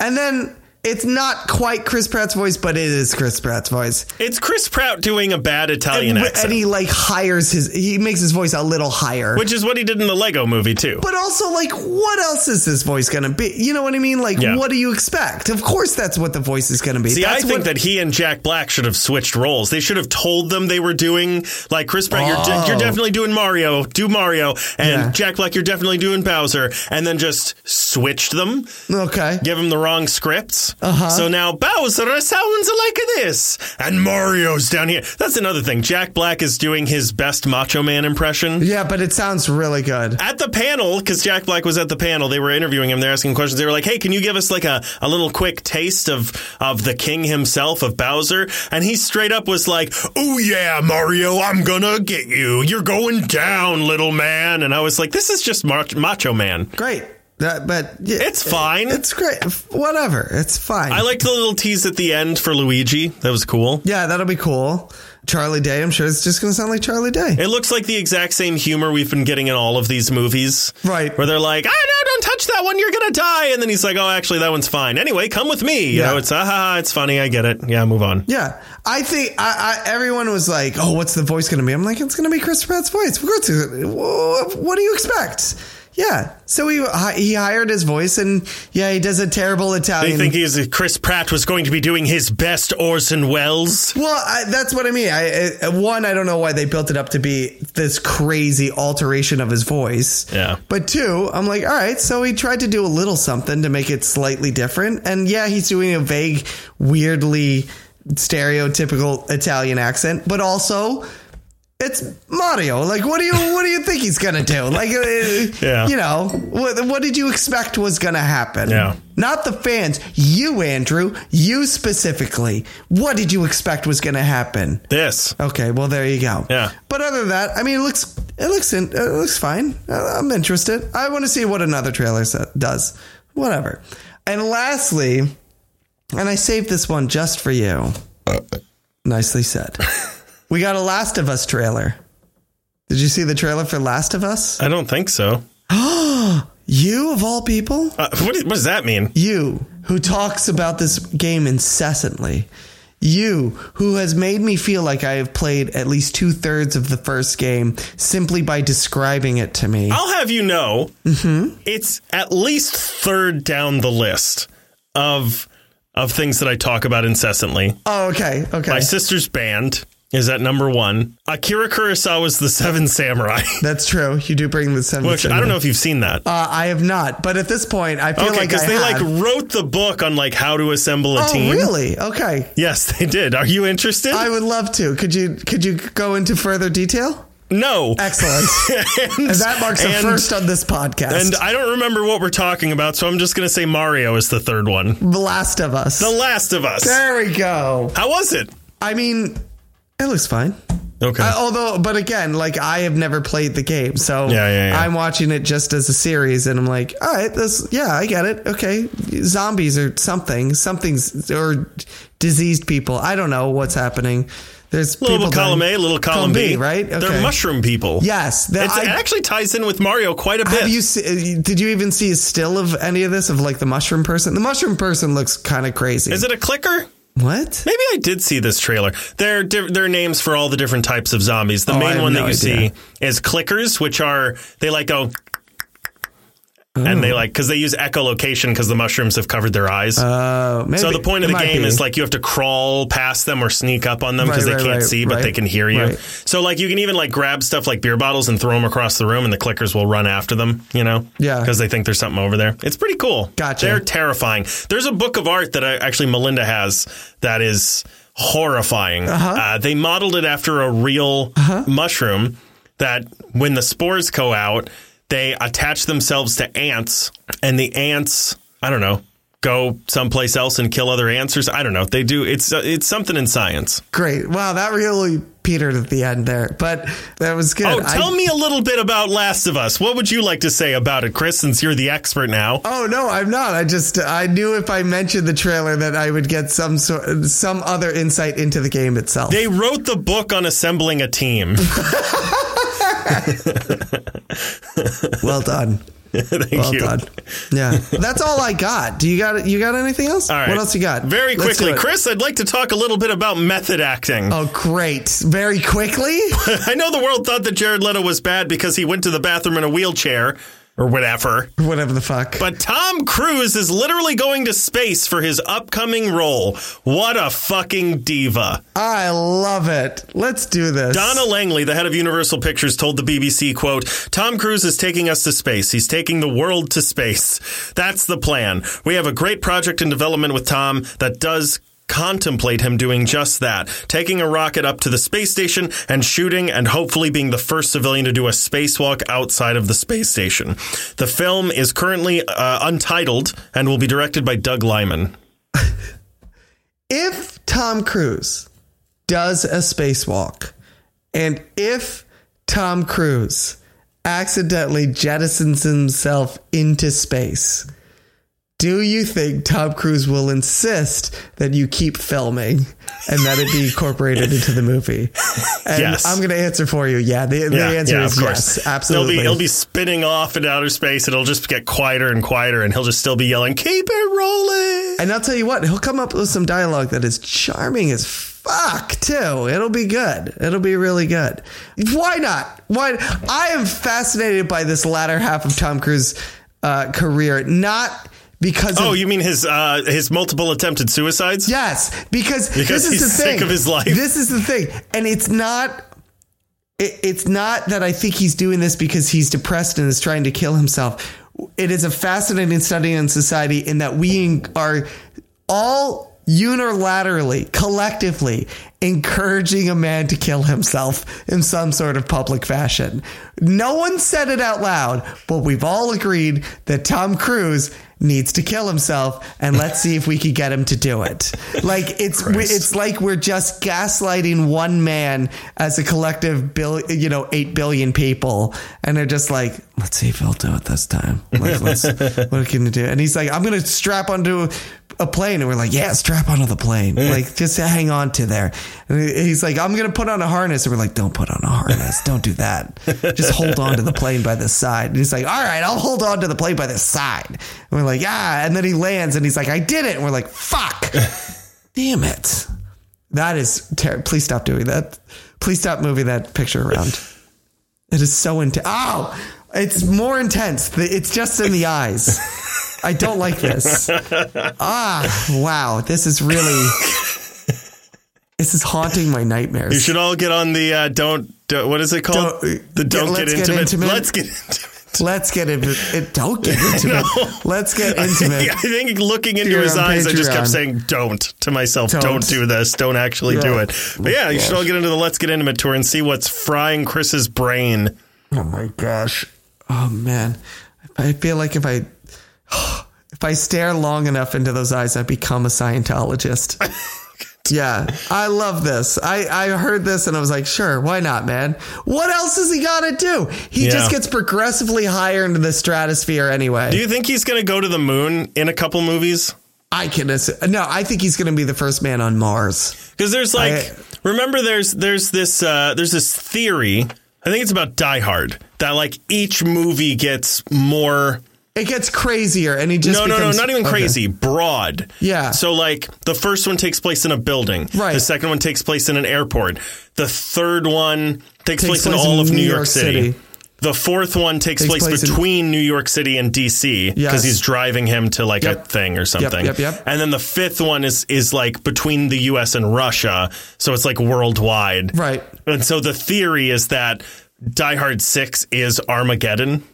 Speaker 2: and then It's not quite Chris Pratt's voice, but it is Chris Pratt's voice.
Speaker 1: It's Chris Pratt doing a bad Italian
Speaker 2: and,
Speaker 1: accent,
Speaker 2: he like hires his, he makes his voice a little higher.
Speaker 1: which is what he did in the Lego movie too.
Speaker 2: but also, like, what else is this voice going to be? You know what I mean? Like,
Speaker 1: Yeah.
Speaker 2: what do you expect? Of course, that's what the voice is going to be.
Speaker 1: See, I
Speaker 2: that's
Speaker 1: think
Speaker 2: what,
Speaker 1: that he and Jack Black should have switched roles. They should have told them they were doing like Chris Pratt, you're, de- you're
Speaker 2: Oh.
Speaker 1: definitely doing Mario, do Mario, and
Speaker 2: Yeah.
Speaker 1: Jack Black, you're definitely doing Bowser, and then just switched them,
Speaker 2: Okay.
Speaker 1: give them the wrong scripts. Uh-huh. So now Bowser sounds like this, and Mario's down here. That's another thing. Jack Black is doing his best Macho Man impression.
Speaker 2: Yeah, but it sounds really good.
Speaker 1: At the panel, because Jack Black was at the panel, they were interviewing him. They're asking questions. They were like, "Hey, can you give us like a, a little quick taste of of the king himself of Bowser?" And he straight up was like, "Oh yeah, Mario, I'm gonna get you. You're going down, little man." And I was like, "This is just mach- Macho Man.
Speaker 2: Great. That, but yeah,
Speaker 1: It's fine."
Speaker 2: it's great. Whatever. It's fine.
Speaker 1: I liked the little tease at the end for Luigi. That was cool.
Speaker 2: yeah, that'll be cool. Charlie Day. I'm sure it's just going to sound like Charlie Day.
Speaker 1: It looks like the exact same humor we've been getting in all of these movies.
Speaker 2: Right.
Speaker 1: Where they're like, ah, no, don't touch that one. You're going to die. And then he's like, oh, actually, that one's fine. Anyway, come with me. You
Speaker 2: Yeah.
Speaker 1: know, it's, ah, ha, ha, it's funny. I get it. Yeah, move on.
Speaker 2: Yeah, I think I, I everyone was like, "Oh, what's the voice going to be?" I'm like, "It's going to be Chris Pratt's voice." Of course, it's- wha- what do you expect? Yeah, so he he hired his voice, and yeah, he does a terrible
Speaker 1: They
Speaker 2: Italian.
Speaker 1: think he's, Chris Pratt was going to be doing his best Orson Welles.
Speaker 2: well, I, that's what I mean. I, I, one, I don't know why they built it up to be this crazy alteration of his voice.
Speaker 1: Yeah.
Speaker 2: But two, I'm like, all right, so he tried to do a little something to make it slightly different. And yeah, he's doing a vague, weirdly stereotypical Italian accent, but also it's Mario. Like, what do you what do you think he's gonna do? Like,
Speaker 1: <laughs>
Speaker 2: uh,
Speaker 1: Yeah.
Speaker 2: you know, what, what did you expect was gonna happen?
Speaker 1: Yeah.
Speaker 2: Not the fans, you, Andrew, you specifically. What did you expect was gonna happen?
Speaker 1: This.
Speaker 2: Okay, well there you go.
Speaker 1: Yeah.
Speaker 2: But other than that, I mean, it looks it looks in, it looks fine. I- I'm interested. I want to see what another trailer sa- does. Whatever. And lastly, and I saved this one just for you.
Speaker 1: <laughs>
Speaker 2: Nicely said. we got a Last of Us trailer. Did you see the trailer for Last of Us?
Speaker 1: I don't think so.
Speaker 2: You of all people,
Speaker 1: Uh, what, what does that mean?
Speaker 2: you who talks about this game incessantly. You, who has made me feel like I have played at least two thirds of the first game simply by describing it to me.
Speaker 1: I'll have you know,
Speaker 2: Mm-hmm.
Speaker 1: it's at least third down the list of of things that I talk about incessantly.
Speaker 2: Oh, okay, okay.
Speaker 1: My sister's band is at number one. Akira Kurosawa's The Seven Samurai, <laughs>
Speaker 2: That's true. You do bring the seven.
Speaker 1: which I don't know if you've seen that.
Speaker 2: Uh, I have not, but at this point, I feel
Speaker 1: okay,
Speaker 2: like
Speaker 1: because
Speaker 2: I
Speaker 1: they
Speaker 2: have.
Speaker 1: like wrote the book on like how to assemble a
Speaker 2: oh,
Speaker 1: team.
Speaker 2: really? Okay.
Speaker 1: Yes, they did. Are you interested?
Speaker 2: I would love to. Could you could you go into further detail?
Speaker 1: no.
Speaker 2: Excellent.
Speaker 1: <laughs> and,
Speaker 2: and that marks a
Speaker 1: and-
Speaker 2: first on this podcast.
Speaker 1: And I don't remember what we're talking about, so I'm just going to say Mario is the third one.
Speaker 2: the Last of Us.
Speaker 1: The Last of Us.
Speaker 2: there we go.
Speaker 1: How was it?
Speaker 2: I mean, it looks fine.
Speaker 1: Okay.
Speaker 2: Uh, although, but again, like I have never played the game, so
Speaker 1: Yeah, yeah, yeah.
Speaker 2: I'm watching it just as a series, and I'm like, all right, this, yeah, I get it. Okay, zombies or something, something's or diseased people. I don't know what's happening. There's
Speaker 1: little
Speaker 2: people
Speaker 1: column
Speaker 2: dying.
Speaker 1: A, little column, B.
Speaker 2: right?
Speaker 1: They're
Speaker 2: Okay.
Speaker 1: mushroom people.
Speaker 2: Yes, that
Speaker 1: It's,
Speaker 2: I-
Speaker 1: it actually ties in with Mario quite a bit.
Speaker 2: Have you see, did you even see a still of any of this of like the mushroom person? The mushroom person looks kind of crazy.
Speaker 1: is it a clicker?
Speaker 2: what?
Speaker 1: Maybe I did see this trailer. There, di- there are names for all the different types of zombies. The
Speaker 2: Oh, I
Speaker 1: main
Speaker 2: have
Speaker 1: one that
Speaker 2: no
Speaker 1: you
Speaker 2: idea.
Speaker 1: see is clickers, which are they like go. And they like because they use echolocation because the mushrooms have covered their eyes.
Speaker 2: Oh, maybe.
Speaker 1: so the point of
Speaker 2: It
Speaker 1: the
Speaker 2: might
Speaker 1: game
Speaker 2: be.
Speaker 1: is like you have to crawl past them or sneak up on them because
Speaker 2: Right,
Speaker 1: they
Speaker 2: right,
Speaker 1: can't
Speaker 2: right,
Speaker 1: see but
Speaker 2: right,
Speaker 1: they can hear you.
Speaker 2: right.
Speaker 1: So like you can even like grab stuff like beer bottles and throw them across the room and the clickers will run after them. You know,
Speaker 2: Yeah.
Speaker 1: because they think there's something over there. It's pretty cool.
Speaker 2: Gotcha.
Speaker 1: They're terrifying. There's a book of art that I, actually Melinda has that is horrifying. Uh-huh. they modeled it after a real
Speaker 2: Uh-huh.
Speaker 1: mushroom that when the spores go out, they attach themselves to ants and the ants, I don't know, go someplace else and kill other ants. or s- I don't know. They do. It's it's something in science.
Speaker 2: great. Wow, that really petered at the end there, but that was good.
Speaker 1: Oh,
Speaker 2: I-
Speaker 1: tell me a little bit about Last of Us. What would you like to say about it, Chris, since you're the expert now?
Speaker 2: Oh no, I'm not. I just I knew if I mentioned the trailer that I would get some sort some other insight into the game itself.
Speaker 1: They wrote the book on assembling a team.
Speaker 2: well done.
Speaker 1: <laughs> <laughs> Thank
Speaker 2: Well
Speaker 1: you.
Speaker 2: done. Yeah, that's all I got. Do you got you got anything else?
Speaker 1: All right.
Speaker 2: What else you got?
Speaker 1: Very
Speaker 2: Let's do
Speaker 1: quickly,
Speaker 2: it.
Speaker 1: Chris, I'd like to talk a little bit about method acting.
Speaker 2: Oh, great! Very
Speaker 1: <laughs>
Speaker 2: quickly. <laughs>
Speaker 1: I know the world thought that Jared Leto was bad because he went to the bathroom in a wheelchair or whatever.
Speaker 2: Whatever the fuck.
Speaker 1: But Tom Cruise is literally going to space for his upcoming role. What a fucking diva.
Speaker 2: I love it. Let's do this.
Speaker 1: Donna Langley, the head of Universal Pictures, told the BBC, quote, Tom Cruise is taking us to space. He's taking the world to space. <laughs> That's the plan. We have a great project in development with Tom that does contemplate him doing just that, taking a rocket up to the space station and shooting and hopefully being the first civilian to do a spacewalk outside of the space station. The film is currently uh, untitled and will be directed by Doug Lyman.
Speaker 2: if Tom Cruise does a spacewalk, and if Tom Cruise accidentally jettisons himself into space, do you think Tom Cruise will insist that you keep filming and
Speaker 1: <laughs>
Speaker 2: that it be incorporated into the movie? And
Speaker 1: Yes.
Speaker 2: I'm going to answer for you. Yeah, the, the answer is yes, absolutely.
Speaker 1: He'll be, he'll be spinning off into outer space. It'll just get quieter and quieter, and he'll just still be yelling, "Keep it rolling."
Speaker 2: And I'll tell you what, he'll come up with some dialogue that is charming as fuck too. It'll be good. It'll be really good. Why not? Why? I am fascinated by this latter half of Tom Cruise's uh, career, not because
Speaker 1: Oh,
Speaker 2: of.
Speaker 1: you mean his uh, his multiple attempted suicides?
Speaker 2: Yes, because,
Speaker 1: Because
Speaker 2: this is
Speaker 1: he's
Speaker 2: the
Speaker 1: sick
Speaker 2: thing.
Speaker 1: of his life.
Speaker 2: This is the thing, and it's not. It, it's not that I think he's doing this because he's depressed and is trying to kill himself. It is a fascinating study in society in that we are all unilaterally, collectively encouraging a man to kill himself in some sort of public fashion. No one said it out loud, but we've all agreed that Tom Cruise needs to kill himself and let's see if we can get him to do it. Like it's it's like we're just gaslighting one man as a collective bill, you know, 8 billion people and they're just like let's see if he'll do it this time. Like let's what can you do? And he's like I'm going to strap onto a plane and we're like yeah strap onto the plane like just hang on to there and he- he's like i'm gonna put on a harness and we're like don't put on a harness don't do that just hold on to the plane by the side and he's like all right i'll hold on to the plane by the side and we're like yeah and then he lands and he's like i did it and we're like fuck damn it that is terrible please stop doing that please stop moving that picture around it is so intense oh it's more intense The- it's just in the eyes i don't like this Ah, wow. This is really. this is haunting my nightmares.
Speaker 1: You should all get on the uh, don't, do What is it called?
Speaker 2: Don't- uh,
Speaker 1: the don't
Speaker 2: Let's
Speaker 1: get,
Speaker 2: Get
Speaker 1: intimate.
Speaker 2: Intimate.
Speaker 1: Let's get <laughs>
Speaker 2: <laughs>
Speaker 1: intimate.
Speaker 2: Let's get into it. Don't get into it. Let's get
Speaker 1: <laughs>
Speaker 2: into
Speaker 1: I
Speaker 2: it.
Speaker 1: think looking into
Speaker 2: Here
Speaker 1: his
Speaker 2: on
Speaker 1: eyes, I just kept
Speaker 2: Patreon.
Speaker 1: saying "don't" to myself. Don't,
Speaker 2: Don't.
Speaker 1: do this. Don't actually do
Speaker 2: Yeah.
Speaker 1: it. But yeah, you should all get into the "Let's Get Intimate" tour and see what's frying Chris's brain.
Speaker 2: Oh my gosh. Oh man. I feel like if I. <sighs> If I stare long enough into those eyes, I become a Scientologist.
Speaker 1: <laughs>
Speaker 2: yeah, I love this. I, I heard this and I was like, sure, why not, man? What else has he got to do? He
Speaker 1: Yeah.
Speaker 2: just gets progressively higher into the stratosphere anyway.
Speaker 1: Do you think he's going to go to the moon in a couple movies?
Speaker 2: I can assume. No, I think he's going to be the first man on Mars.
Speaker 1: Because there's like,
Speaker 2: I-
Speaker 1: remember there's there's this uh, there's this theory. I think it's about Die Hard that like each movie gets more.
Speaker 2: It gets crazier, and he just
Speaker 1: No, no, no,
Speaker 2: becomes-
Speaker 1: not even
Speaker 2: okay.
Speaker 1: crazy. Broad.
Speaker 2: Yeah.
Speaker 1: So like the first one takes place in a building.
Speaker 2: Right.
Speaker 1: The second one takes place in an airport. The third one takes, place, in all of New York, City. The fourth one takes, place,
Speaker 2: place in-
Speaker 1: between New York City and DC because
Speaker 2: Yes.
Speaker 1: he's driving him to like a
Speaker 2: Yep.
Speaker 1: thing or something.
Speaker 2: yep, yep.
Speaker 1: And then the fifth one is is like between the US and Russia, so it's like worldwide.
Speaker 2: Right.
Speaker 1: And so the theory is that Die Hard 6 is Armageddon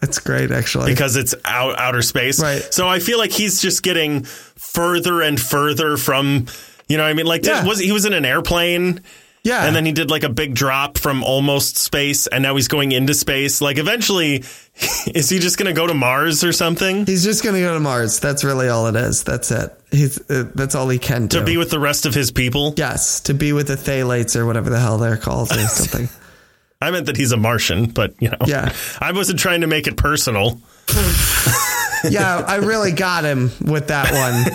Speaker 2: That's great, actually.
Speaker 1: because it's out, outer space.
Speaker 2: Right.
Speaker 1: So I feel like he's just getting further and further from, you know, what I mean, like
Speaker 2: Yeah.
Speaker 1: was he was in an airplane
Speaker 2: yeah,
Speaker 1: and then he did like a big drop from almost space and now he's going into space. Like eventually, <laughs> is he just going to go to Mars or something
Speaker 2: he's just going to go to Mars. That's really all it is. That's it. He's uh, that's all he can do.
Speaker 1: to be with the rest of his people?
Speaker 2: yes, to be with the Thalates or whatever the hell they're called or
Speaker 1: <laughs>
Speaker 2: something.
Speaker 1: I <laughs> meant that he's a Martian, but you know,
Speaker 2: Yeah.
Speaker 1: I wasn't trying to make it personal.
Speaker 2: yeah, I really got him with that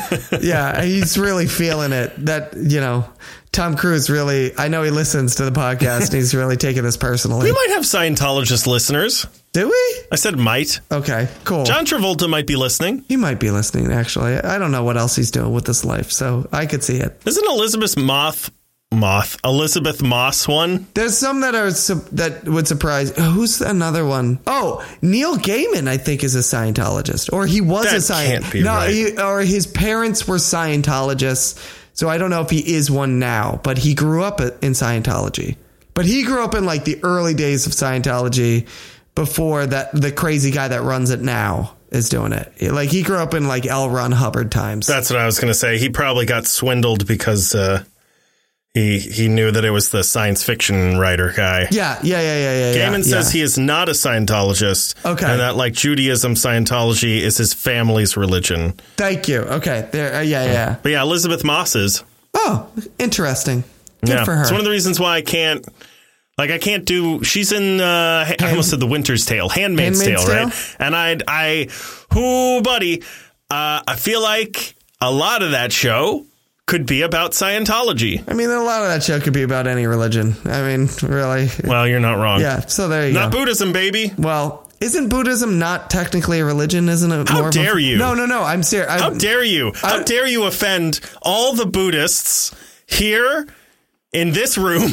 Speaker 2: one. Yeah, he's really feeling it. That, you know, Tom Cruise really, I know he listens to the podcast and he's really taking this personally.
Speaker 1: We might have Scientologist listeners.
Speaker 2: Do we?
Speaker 1: I said might.
Speaker 2: Okay, cool.
Speaker 1: John Travolta might be listening.
Speaker 2: he might be listening, actually. I don't know what else he's doing with his life, so I could see it.
Speaker 1: Isn't Elizabeth Moth Moth Elizabeth Moss one?
Speaker 2: There's some that are su- that would surprise. Who's another one? Oh, Neil Gaiman, I think, is a Scientologist, or he was
Speaker 1: That
Speaker 2: a Scient.
Speaker 1: can't be
Speaker 2: no,
Speaker 1: right.
Speaker 2: he, or his parents were Scientologists. So I don't know if he is one now, but he grew up in Scientology. But he grew up in like the early days of Scientology, before that the crazy guy that runs it now is doing it. Like he grew up in like L. Ron Hubbard times.
Speaker 1: That's what I was going to say. He probably got swindled because uh, he he knew that it was the science fiction writer guy.
Speaker 2: yeah, yeah, yeah, yeah, yeah. yeah,
Speaker 1: Gaiman says
Speaker 2: yeah.
Speaker 1: he is not a Scientologist.
Speaker 2: Okay.
Speaker 1: And that, like Judaism, Scientology is his family's religion.
Speaker 2: Thank you. Okay, there. Uh, yeah, yeah.
Speaker 1: But yeah, Elizabeth Moss is.
Speaker 2: Oh, interesting. Good
Speaker 1: yeah.
Speaker 2: for her.
Speaker 1: It's one of the reasons why I can't. Like I can't do. She's in. Uh, I almost said The Winter's Tale, Handmaid's,
Speaker 2: Handmaid's
Speaker 1: Tale,
Speaker 2: Tale?
Speaker 1: right? And I, I, who, buddy, uh, I feel like a lot of that show could be about Scientology.
Speaker 2: I mean, a lot of that show could be about any religion. I mean, really.
Speaker 1: Well, you're not wrong.
Speaker 2: Yeah. So there you
Speaker 1: Not
Speaker 2: go.
Speaker 1: Buddhism, baby.
Speaker 2: well, isn't Buddhism not technically a religion? Isn't it?
Speaker 1: How
Speaker 2: more of a-
Speaker 1: dare you.
Speaker 2: No, no, no. I'm serious.
Speaker 1: How
Speaker 2: I'm, <laughs>
Speaker 1: dare you? How dare you offend all the Buddhists here in this room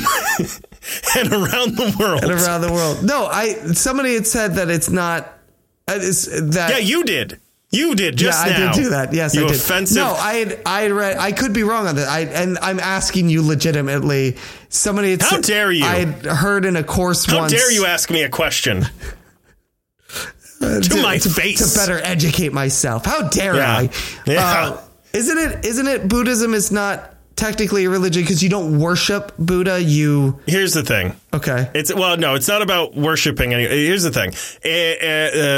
Speaker 1: <laughs> and around the world?
Speaker 2: around the world. No, I. Somebody had said that it's not. uh, It's that.
Speaker 1: yeah, you did. You did
Speaker 2: Yeah,
Speaker 1: just
Speaker 2: I
Speaker 1: now.
Speaker 2: did do that. Yes,
Speaker 1: you
Speaker 2: I did.
Speaker 1: offensive.
Speaker 2: No, I had, I had read. I could be wrong on that. I and I'm asking you legitimately. Somebody. Had
Speaker 1: How
Speaker 2: said-
Speaker 1: dare you.
Speaker 2: I had heard in a course
Speaker 1: How
Speaker 2: once.
Speaker 1: dare you ask me a question? <laughs> to my face.
Speaker 2: to better educate myself. How dare
Speaker 1: Yeah.
Speaker 2: I? Uh,
Speaker 1: Yeah.
Speaker 2: isn't it? Isn't it? Buddhism is not technically a religion because you don't worship Buddha. You
Speaker 1: Here's the thing.
Speaker 2: okay?
Speaker 1: It's well, no, it's not about worshiping. Any, here's the thing: Uh, uh,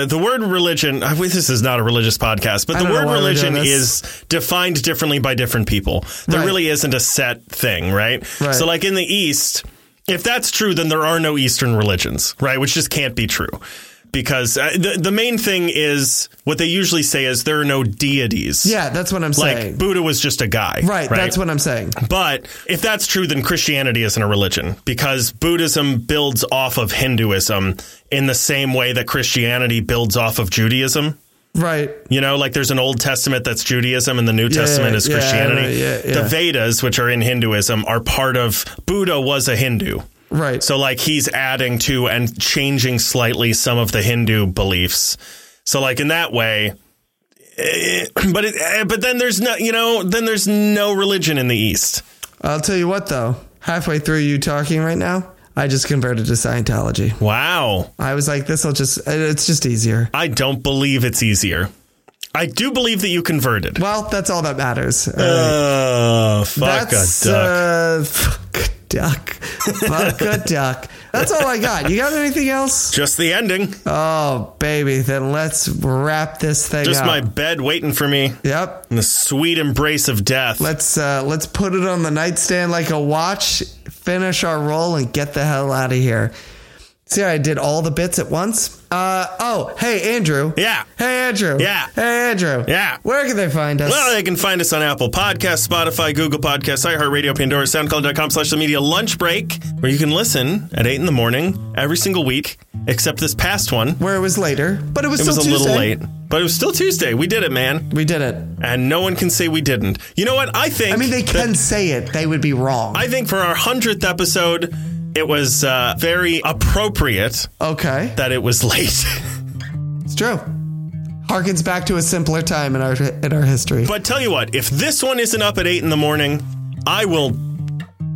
Speaker 1: uh, the word religion. I wish this is not a religious podcast, but
Speaker 2: I
Speaker 1: the
Speaker 2: don't know
Speaker 1: word
Speaker 2: why we're
Speaker 1: religion
Speaker 2: doing
Speaker 1: is
Speaker 2: this.
Speaker 1: defined differently by different people. There
Speaker 2: Right.
Speaker 1: really isn't a set thing, right?
Speaker 2: Right.
Speaker 1: So, like in the East, if that's true, then there are no Eastern religions, right? Which just can't be true. Because uh, the, the main thing is what they usually say is there are no deities.
Speaker 2: Yeah, that's what I'm
Speaker 1: Like
Speaker 2: saying.
Speaker 1: Buddha was just a guy.
Speaker 2: right, that's what I'm saying.
Speaker 1: But if that's true, then Christianity isn't a religion because Buddhism builds off of Hinduism in the same way that Christianity builds off of Judaism.
Speaker 2: Right.
Speaker 1: You know, like there's an Old Testament that's Judaism and the New Testament is
Speaker 2: yeah,
Speaker 1: Christianity.
Speaker 2: right, yeah, yeah.
Speaker 1: The Vedas, which are in Hinduism, are part of Buddha was a Hindu.
Speaker 2: Right.
Speaker 1: So like he's adding to and changing slightly some of the Hindu beliefs. So like in that way, eh, but it, eh, but then there's no you know then there's no religion in the East.
Speaker 2: I'll tell you what though. Halfway through you talking right now, I just converted to Scientology.
Speaker 1: Wow.
Speaker 2: I was like, this will just. uh, It's just easier.
Speaker 1: I don't believe it's easier. I do believe that you converted.
Speaker 2: Well, that's all that matters.
Speaker 1: Uh, fuck
Speaker 2: That's,
Speaker 1: a duck.
Speaker 2: Uh, fuck a duck. fuck a duck. That's all I got. You got anything else?
Speaker 1: Just the ending.
Speaker 2: Oh, baby. Then let's wrap this thing
Speaker 1: Just
Speaker 2: up.
Speaker 1: my bed waiting for me.
Speaker 2: yep.
Speaker 1: And the sweet embrace of death.
Speaker 2: Let's uh, let's put it on the nightstand like a watch. Finish our roll and get the hell out of here. See, I did all the bits at once. Uh, oh, hey Andrew.
Speaker 1: Yeah.
Speaker 2: Hey Andrew.
Speaker 1: Yeah.
Speaker 2: Hey Andrew.
Speaker 1: Yeah.
Speaker 2: Where can they find us?
Speaker 1: Well, they can find us on Apple Podcasts, Spotify, Google Podcasts, iHeartRadio, Pandora, SoundCloud.com slash the media lunch break, where you can listen at 8 in the morning every single week, except this past one.
Speaker 2: Where it was later, but it was
Speaker 1: It
Speaker 2: still
Speaker 1: was a
Speaker 2: Tuesday.
Speaker 1: little late, but it was still Tuesday. We did it, man.
Speaker 2: We did it.
Speaker 1: And no one can say we didn't. You know what? I think.
Speaker 2: I mean,
Speaker 1: <laughs>
Speaker 2: they can say it; they would be wrong.
Speaker 1: I think for our 100th episode, it was uh, very appropriate
Speaker 2: okay.
Speaker 1: that it was <laughs> late.
Speaker 2: It's true. Harkens back to a simpler time in our in our history.
Speaker 1: but tell you what, if this one isn't up at 8 in the morning, I will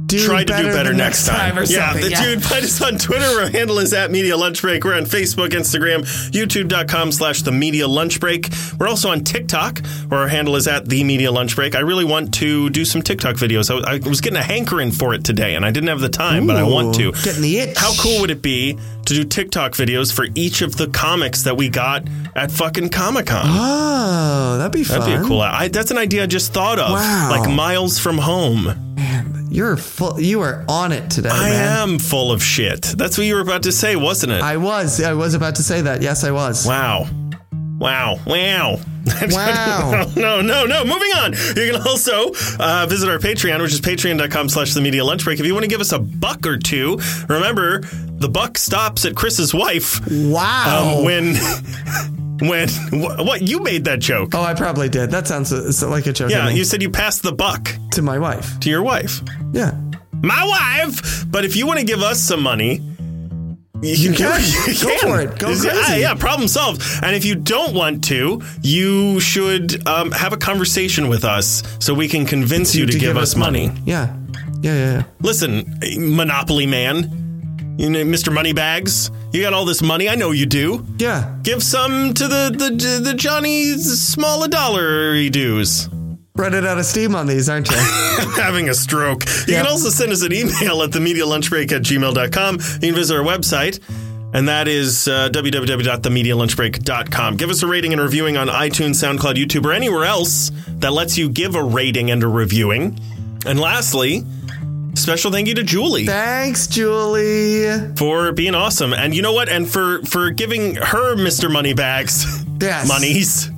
Speaker 2: do
Speaker 1: try to do better
Speaker 2: the
Speaker 1: next time.
Speaker 2: or
Speaker 1: yeah,
Speaker 2: something.
Speaker 1: the
Speaker 2: yeah.
Speaker 1: dude, find us on Twitter. Our handle is at Media Lunch Break. We're on Facebook, Instagram, YouTube.com slash The Media Lunch Break. We're also on TikTok, where our handle is at The Media Lunch Break. I really want to do some TikTok videos. I, I was getting a hankering for it today, and I didn't have the time, but I want to.
Speaker 2: Ooh, getting the itch.
Speaker 1: How cool would it be to do TikTok videos for each of the comics that we got at fucking Comic Con?
Speaker 2: Oh, that'd be fun.
Speaker 1: That'd be a cool. I, that's an idea I just thought of.
Speaker 2: Wow.
Speaker 1: Like Miles from Home.
Speaker 2: You're full. You are on it today,
Speaker 1: I
Speaker 2: man.
Speaker 1: am full of shit. That's what you were about to say, wasn't it?
Speaker 2: I was. I was about to say that. Yes, I was.
Speaker 1: wow. Wow. Wow. <laughs>
Speaker 2: Wow.
Speaker 1: no, no, no. Moving on. You can also uh, visit our Patreon, which is patreon.com slash the media lunch break. If you want to give us a buck or two, remember the buck stops at Chris's wife
Speaker 2: Wow.
Speaker 1: um, when, <laughs> when, wh- what? You made that joke.
Speaker 2: oh, I probably did. That sounds uh, so- like a joke.
Speaker 1: yeah.
Speaker 2: I mean,
Speaker 1: You said you passed the buck
Speaker 2: to my wife.
Speaker 1: to your wife.
Speaker 2: Yeah.
Speaker 1: my wife. But if you want to give us some money, you
Speaker 2: can.
Speaker 1: can. <laughs> You
Speaker 2: <laughs> Go
Speaker 1: can.
Speaker 2: for it. Go
Speaker 1: Is-
Speaker 2: crazy.
Speaker 1: Yeah, yeah, problem solved. And if you don't want to, you should um, have a conversation with us so we can convince you to, give, us money.
Speaker 2: Yeah. Yeah. Yeah. yeah.
Speaker 1: Listen, Monopoly Man, you know, Mr. Moneybags, you got all this money. I know you do.
Speaker 2: Yeah.
Speaker 1: Give some to the the, the Johnny Small a dollar dues.
Speaker 2: Running out of steam on these, aren't
Speaker 1: <laughs>
Speaker 2: you?
Speaker 1: having a stroke. You
Speaker 2: Yeah.
Speaker 1: can also send us an email at themedialunchbreak at gmail.com. You can visit our website. And that is uh, www.themedialunchbreak.com. Give us a rating and reviewing on iTunes, SoundCloud, YouTube, or anywhere else that lets you give a rating and a reviewing. And lastly, special thank you to Julie
Speaker 2: Thanks, Julie.
Speaker 1: for being awesome. And you know what? And for for giving her Mr. Moneybags
Speaker 2: Yes.
Speaker 1: monies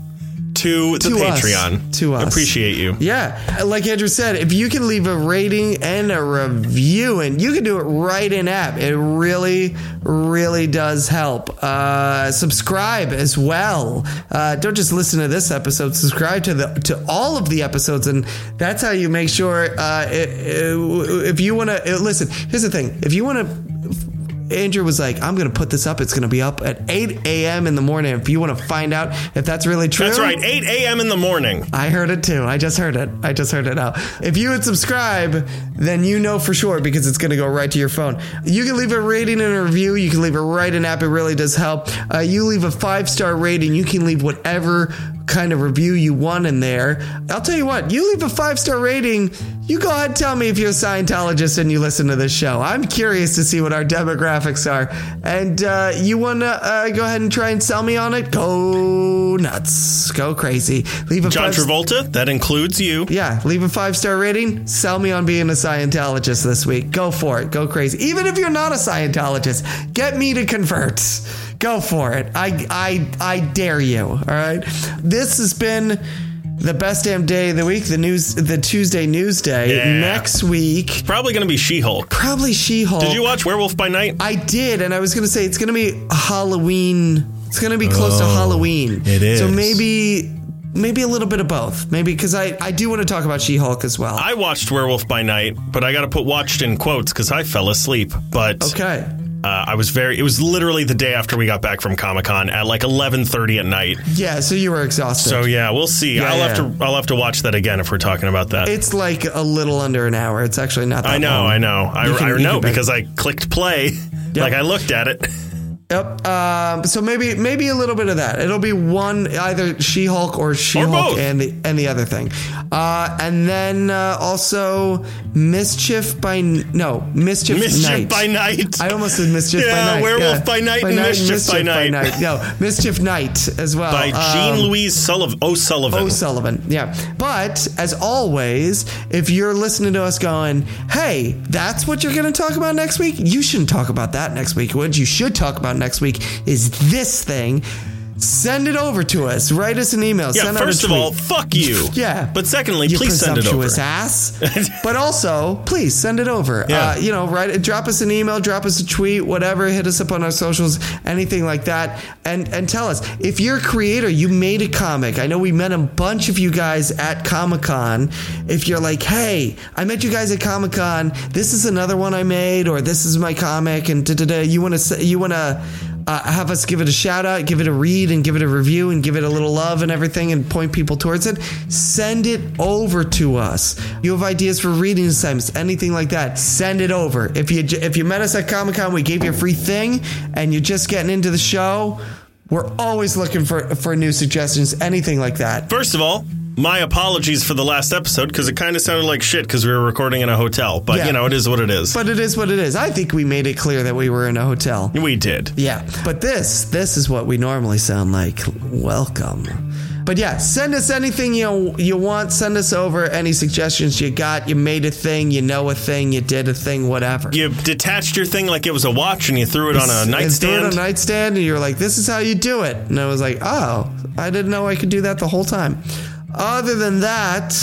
Speaker 1: to the
Speaker 2: To us.
Speaker 1: Patreon.
Speaker 2: To us.
Speaker 1: Appreciate you.
Speaker 2: Yeah, like Andrew said, if you can leave a rating and a review, and you can do it right in app, it really, really does help. Uh, subscribe as well. Uh, don't just listen to this episode. Subscribe to the to all of the episodes, and that's how you make sure. Uh, it, it- if you want to listen, here's the thing: if you want to Andrew was like, I'm going to put this up. It's going to be up at 8 a.m. in the morning. If you want to find out if that's really true,
Speaker 1: That's right. 8 a.m. in the morning.
Speaker 2: I heard it too. I just heard it. I just heard it out. If you would subscribe, then you know for sure because it's going to go right to your phone. You can leave a rating and a review. You can leave it right in app. It really does help. Uh, you leave a five star rating. You can leave whatever kind of review you want in there. I'll tell you what, you leave a five star rating. You go ahead and tell me if you're a Scientologist and you listen to this show. I'm curious to see what our demographics are. And uh, you want to uh, go ahead and try and sell me on it? Go nuts. Go crazy. Leave a
Speaker 1: John
Speaker 2: five-
Speaker 1: Travolta, that includes you.
Speaker 2: yeah, leave a five star rating. Sell me on being a Scientologist this week. Go for it. Go crazy. Even if you're not a Scientologist, get me to convert. Go for it. I I I dare you. All right. This has been the best damn day of the week. The news. The Tuesday news day.
Speaker 1: Yeah.
Speaker 2: Next week,
Speaker 1: Probably going to be She Hulk.
Speaker 2: probably She-Hulk.
Speaker 1: Did you watch Werewolf by Night?
Speaker 2: I did, and I was gonna say it's gonna be Halloween. It's gonna be close to
Speaker 1: Oh,
Speaker 2: Halloween.
Speaker 1: it is.
Speaker 2: So maybe, maybe a little bit of both. Maybe because I I do want to talk about She Hulk as well.
Speaker 1: I watched Werewolf by Night, but I got to put watched in quotes because I fell asleep. But
Speaker 2: okay.
Speaker 1: uh, I was very. It was literally the day after we got back from Comic Con at like eleven thirty at night.
Speaker 2: Yeah. So you were exhausted.
Speaker 1: So yeah, we'll see. I'll
Speaker 2: yeah.
Speaker 1: have to. I'll have to watch that again if we're talking about that.
Speaker 2: it's like a little under an hour. It's actually not. That
Speaker 1: I know.
Speaker 2: Long.
Speaker 1: I know. I,
Speaker 2: You can-
Speaker 1: I
Speaker 2: you
Speaker 1: know
Speaker 2: can bet.
Speaker 1: because I clicked play. Like I looked at it. <laughs>
Speaker 2: Yep. Um, so maybe maybe a little bit of that. It'll be one either She Hulk or She
Speaker 1: both.
Speaker 2: Hulk and the and the other thing, uh, and then uh, also Mischief by no Mischief,
Speaker 1: Mischief
Speaker 2: Night.
Speaker 1: by Night.
Speaker 2: I almost said mischief by
Speaker 1: Yeah,
Speaker 2: night.
Speaker 1: Werewolf by Night and Mischief by Night.
Speaker 2: No, mischief night as well.
Speaker 1: by
Speaker 2: Um,
Speaker 1: Jean Louise Sullivan. O'Sullivan.
Speaker 2: O'Sullivan. Yeah. But as always, if you're listening to us going, hey, that's what you're going to talk about next week, you shouldn't talk about that next week. What you should talk about next week is this thing. Send it over to us. Write us an email.
Speaker 1: yeah.
Speaker 2: Send
Speaker 1: First of
Speaker 2: out a tweet.
Speaker 1: all, fuck you.
Speaker 2: <laughs> Yeah.
Speaker 1: But secondly,
Speaker 2: you
Speaker 1: please send it over.
Speaker 2: presumptuous
Speaker 1: <laughs>
Speaker 2: ass. but also, please send it over.
Speaker 1: Yeah.
Speaker 2: Uh, you know, write, drop us an email, drop us a tweet, whatever. Hit us up on our socials, anything like that, and and tell us if you're a creator, you made a comic. I know we met a bunch of you guys at Comic Con. If you're like, hey, I met you guys at Comic Con. This is another one I made, or this is my comic, and da da da. You want to you want to uh, have us give it a shout out, give it a read, and give it a review, and give it a little love and everything, and point people towards it. Send it over to us. You have ideas for reading assignments, anything like that. Send it over. If you j- if you met us at Comic Con, we gave you a free thing, and you're just getting into the show. We're always looking for for new suggestions, anything like that.
Speaker 1: First of all, My apologies for the last episode because it kind of sounded like shit because we were recording in a hotel. But
Speaker 2: Yeah.
Speaker 1: you know, it is what it is.
Speaker 2: But it is what it is. I think we made it clear that we were in a hotel.
Speaker 1: we did.
Speaker 2: Yeah. But this, this is what we normally sound like. Welcome. But yeah, send us anything you you want. Send us over any suggestions you got. You made a thing, you know a thing, you did a thing, whatever.
Speaker 1: You detached your thing like it was a watch and you threw it on a
Speaker 2: And threw it on
Speaker 1: nightstand.
Speaker 2: a nightstand, and you were like, "This is how you do it." And I was like, "Oh, I didn't know I could do that the whole time." Other than that,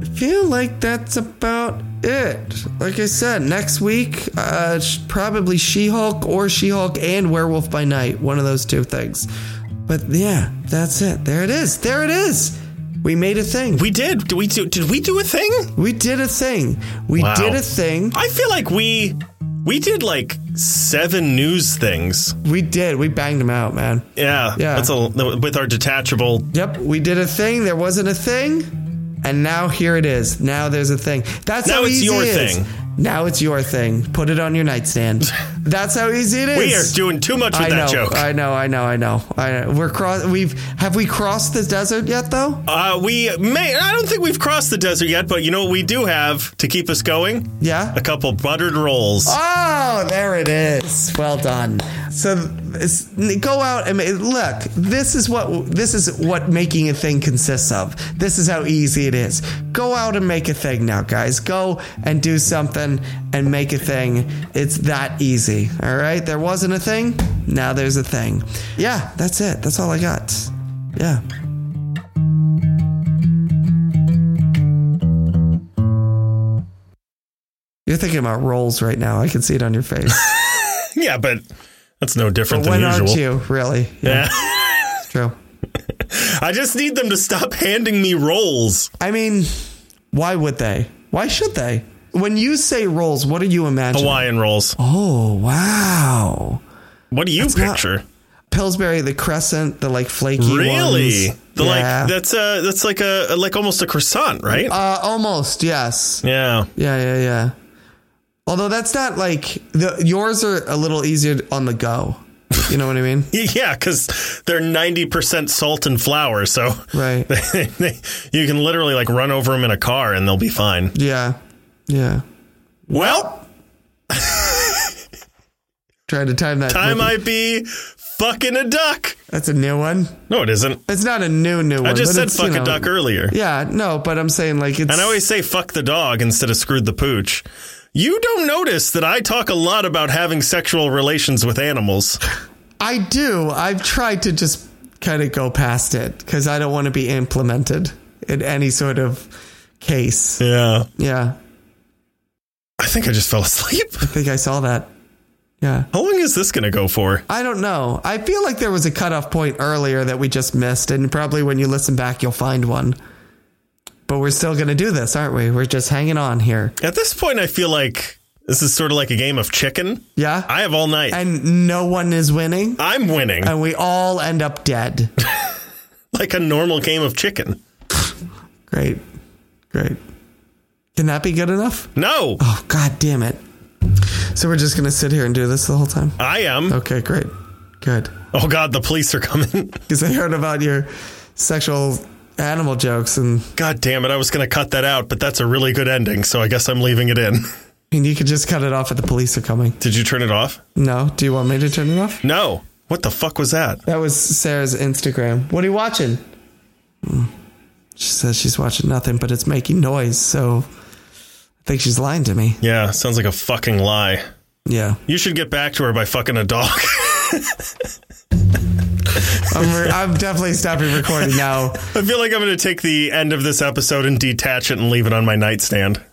Speaker 2: I feel like that's about it. Like I said, next week, uh, sh- probably She-Hulk or She-Hulk and Werewolf by Night, one of those two things. But yeah, that's it. There it is. There it is. We made a thing.
Speaker 1: we did. Did we do? Did we do a thing?
Speaker 2: We did a thing. We
Speaker 1: Wow.
Speaker 2: did a thing.
Speaker 1: I feel like we we did like seven news things.
Speaker 2: We did. We banged them out, man.
Speaker 1: Yeah,
Speaker 2: Yeah.
Speaker 1: That's a, with our detachable.
Speaker 2: Yep, we did a thing. There wasn't a thing, and now here it is. Now there's a thing. That's
Speaker 1: Now
Speaker 2: how
Speaker 1: it's
Speaker 2: easy
Speaker 1: your
Speaker 2: it is.
Speaker 1: thing.
Speaker 2: Now it's your thing. Put it on your nightstand. That's how easy it
Speaker 1: <laughs>
Speaker 2: is.
Speaker 1: We are doing too much with
Speaker 2: I
Speaker 1: that
Speaker 2: know,
Speaker 1: joke.
Speaker 2: I know. I know. I know. I We're cross. We've have we crossed the desert yet though?
Speaker 1: Uh, we may. I don't think we've crossed the desert yet, but you know what we do have to keep us going?
Speaker 2: Yeah.
Speaker 1: A couple buttered rolls.
Speaker 2: Oh, there it is. Well done. So it's, go out and ma- look. This is what this is what making a thing consists of. This is how easy it is. Go out and make a thing now, guys. Go and do something and make a thing. It's that easy. All right. There wasn't a thing. Now there's a thing. Yeah, that's it. That's all I got. Yeah. You're thinking about rolls right now. I can see it on your face.
Speaker 1: Yeah, but that's no different
Speaker 2: when
Speaker 1: than
Speaker 2: aren't
Speaker 1: usual.
Speaker 2: you really? Yeah,
Speaker 1: Yeah. <laughs>
Speaker 2: it's true.
Speaker 1: I just need them to stop handing me rolls.
Speaker 2: I mean, why would they? Why should they? When you say rolls, what do you imagine?
Speaker 1: Hawaiian rolls.
Speaker 2: Oh wow,
Speaker 1: What do you
Speaker 2: not-
Speaker 1: picture?
Speaker 2: Pillsbury, the crescent, the like flaky
Speaker 1: really?
Speaker 2: ones.
Speaker 1: The
Speaker 2: yeah.
Speaker 1: like that's a that's like a like almost a croissant, right?
Speaker 2: uh, almost yes.
Speaker 1: yeah. <laughs>
Speaker 2: Yeah, yeah, yeah. Although that's not like the yours are a little easier on the go. You know what
Speaker 1: <laughs>
Speaker 2: I mean?
Speaker 1: Yeah, because they're ninety percent salt and flour, so <laughs>
Speaker 2: Right.
Speaker 1: you can literally like run over them in a car and they'll be fine.
Speaker 2: Yeah. Yeah.
Speaker 1: Well,
Speaker 2: Trying to time that.
Speaker 1: I
Speaker 2: with-
Speaker 1: might be fucking a duck.
Speaker 2: that's a new one.
Speaker 1: No, it isn't.
Speaker 2: It's not a new new one.
Speaker 1: I just
Speaker 2: but
Speaker 1: said
Speaker 2: it's,
Speaker 1: fuck
Speaker 2: you
Speaker 1: a
Speaker 2: know,
Speaker 1: duck earlier.
Speaker 2: Yeah, no, but I'm saying like it's.
Speaker 1: And I always say fuck the dog instead of screwed the pooch. You don't notice that I talk a lot about having sexual relations with animals.
Speaker 2: I do. I've tried to just kind of go past it because I don't want to be implemented in any sort of case.
Speaker 1: Yeah.
Speaker 2: Yeah,
Speaker 1: I think I just fell asleep. <laughs>
Speaker 2: I think I saw that. Yeah,
Speaker 1: How long is this going to go for?
Speaker 2: I don't know. I feel like there was a cutoff point earlier that we just missed, and probably when you listen back, you'll find one. But we're still going to do this, aren't we? We're just hanging on here.
Speaker 1: At this point, I feel like this is sort of like a game of chicken.
Speaker 2: Yeah.
Speaker 1: I have all night.
Speaker 2: and no one is winning,
Speaker 1: I'm winning
Speaker 2: and we all end up dead.
Speaker 1: like a normal game of chicken.
Speaker 2: Great. Great. Can that be good enough?
Speaker 1: No,
Speaker 2: Oh, god damn it. So we're just going to sit here and do this the whole time?
Speaker 1: I am.
Speaker 2: Okay, great. Good.
Speaker 1: Oh, God, the police are coming. <laughs>
Speaker 2: Because I heard about your sexual animal jokes, and
Speaker 1: God damn it. I was going to cut that out, but that's a really good ending. So I guess I'm leaving it in. <laughs>
Speaker 2: and you could just cut it off if the police are coming.
Speaker 1: Did you turn it off?
Speaker 2: No? Do you want me to turn it off?
Speaker 1: No. What the fuck was that?
Speaker 2: That was Sarah's Instagram. What are you watching? Hmm. She says she's watching nothing, but it's making noise, so I think she's lying to me.
Speaker 1: Yeah, sounds like a fucking lie.
Speaker 2: Yeah.
Speaker 1: You should get back to her by fucking a dog. <laughs>
Speaker 2: I'm, re- I'm definitely stopping recording now.
Speaker 1: I feel like I'm going to take the end of this episode and detach it and leave it on my nightstand.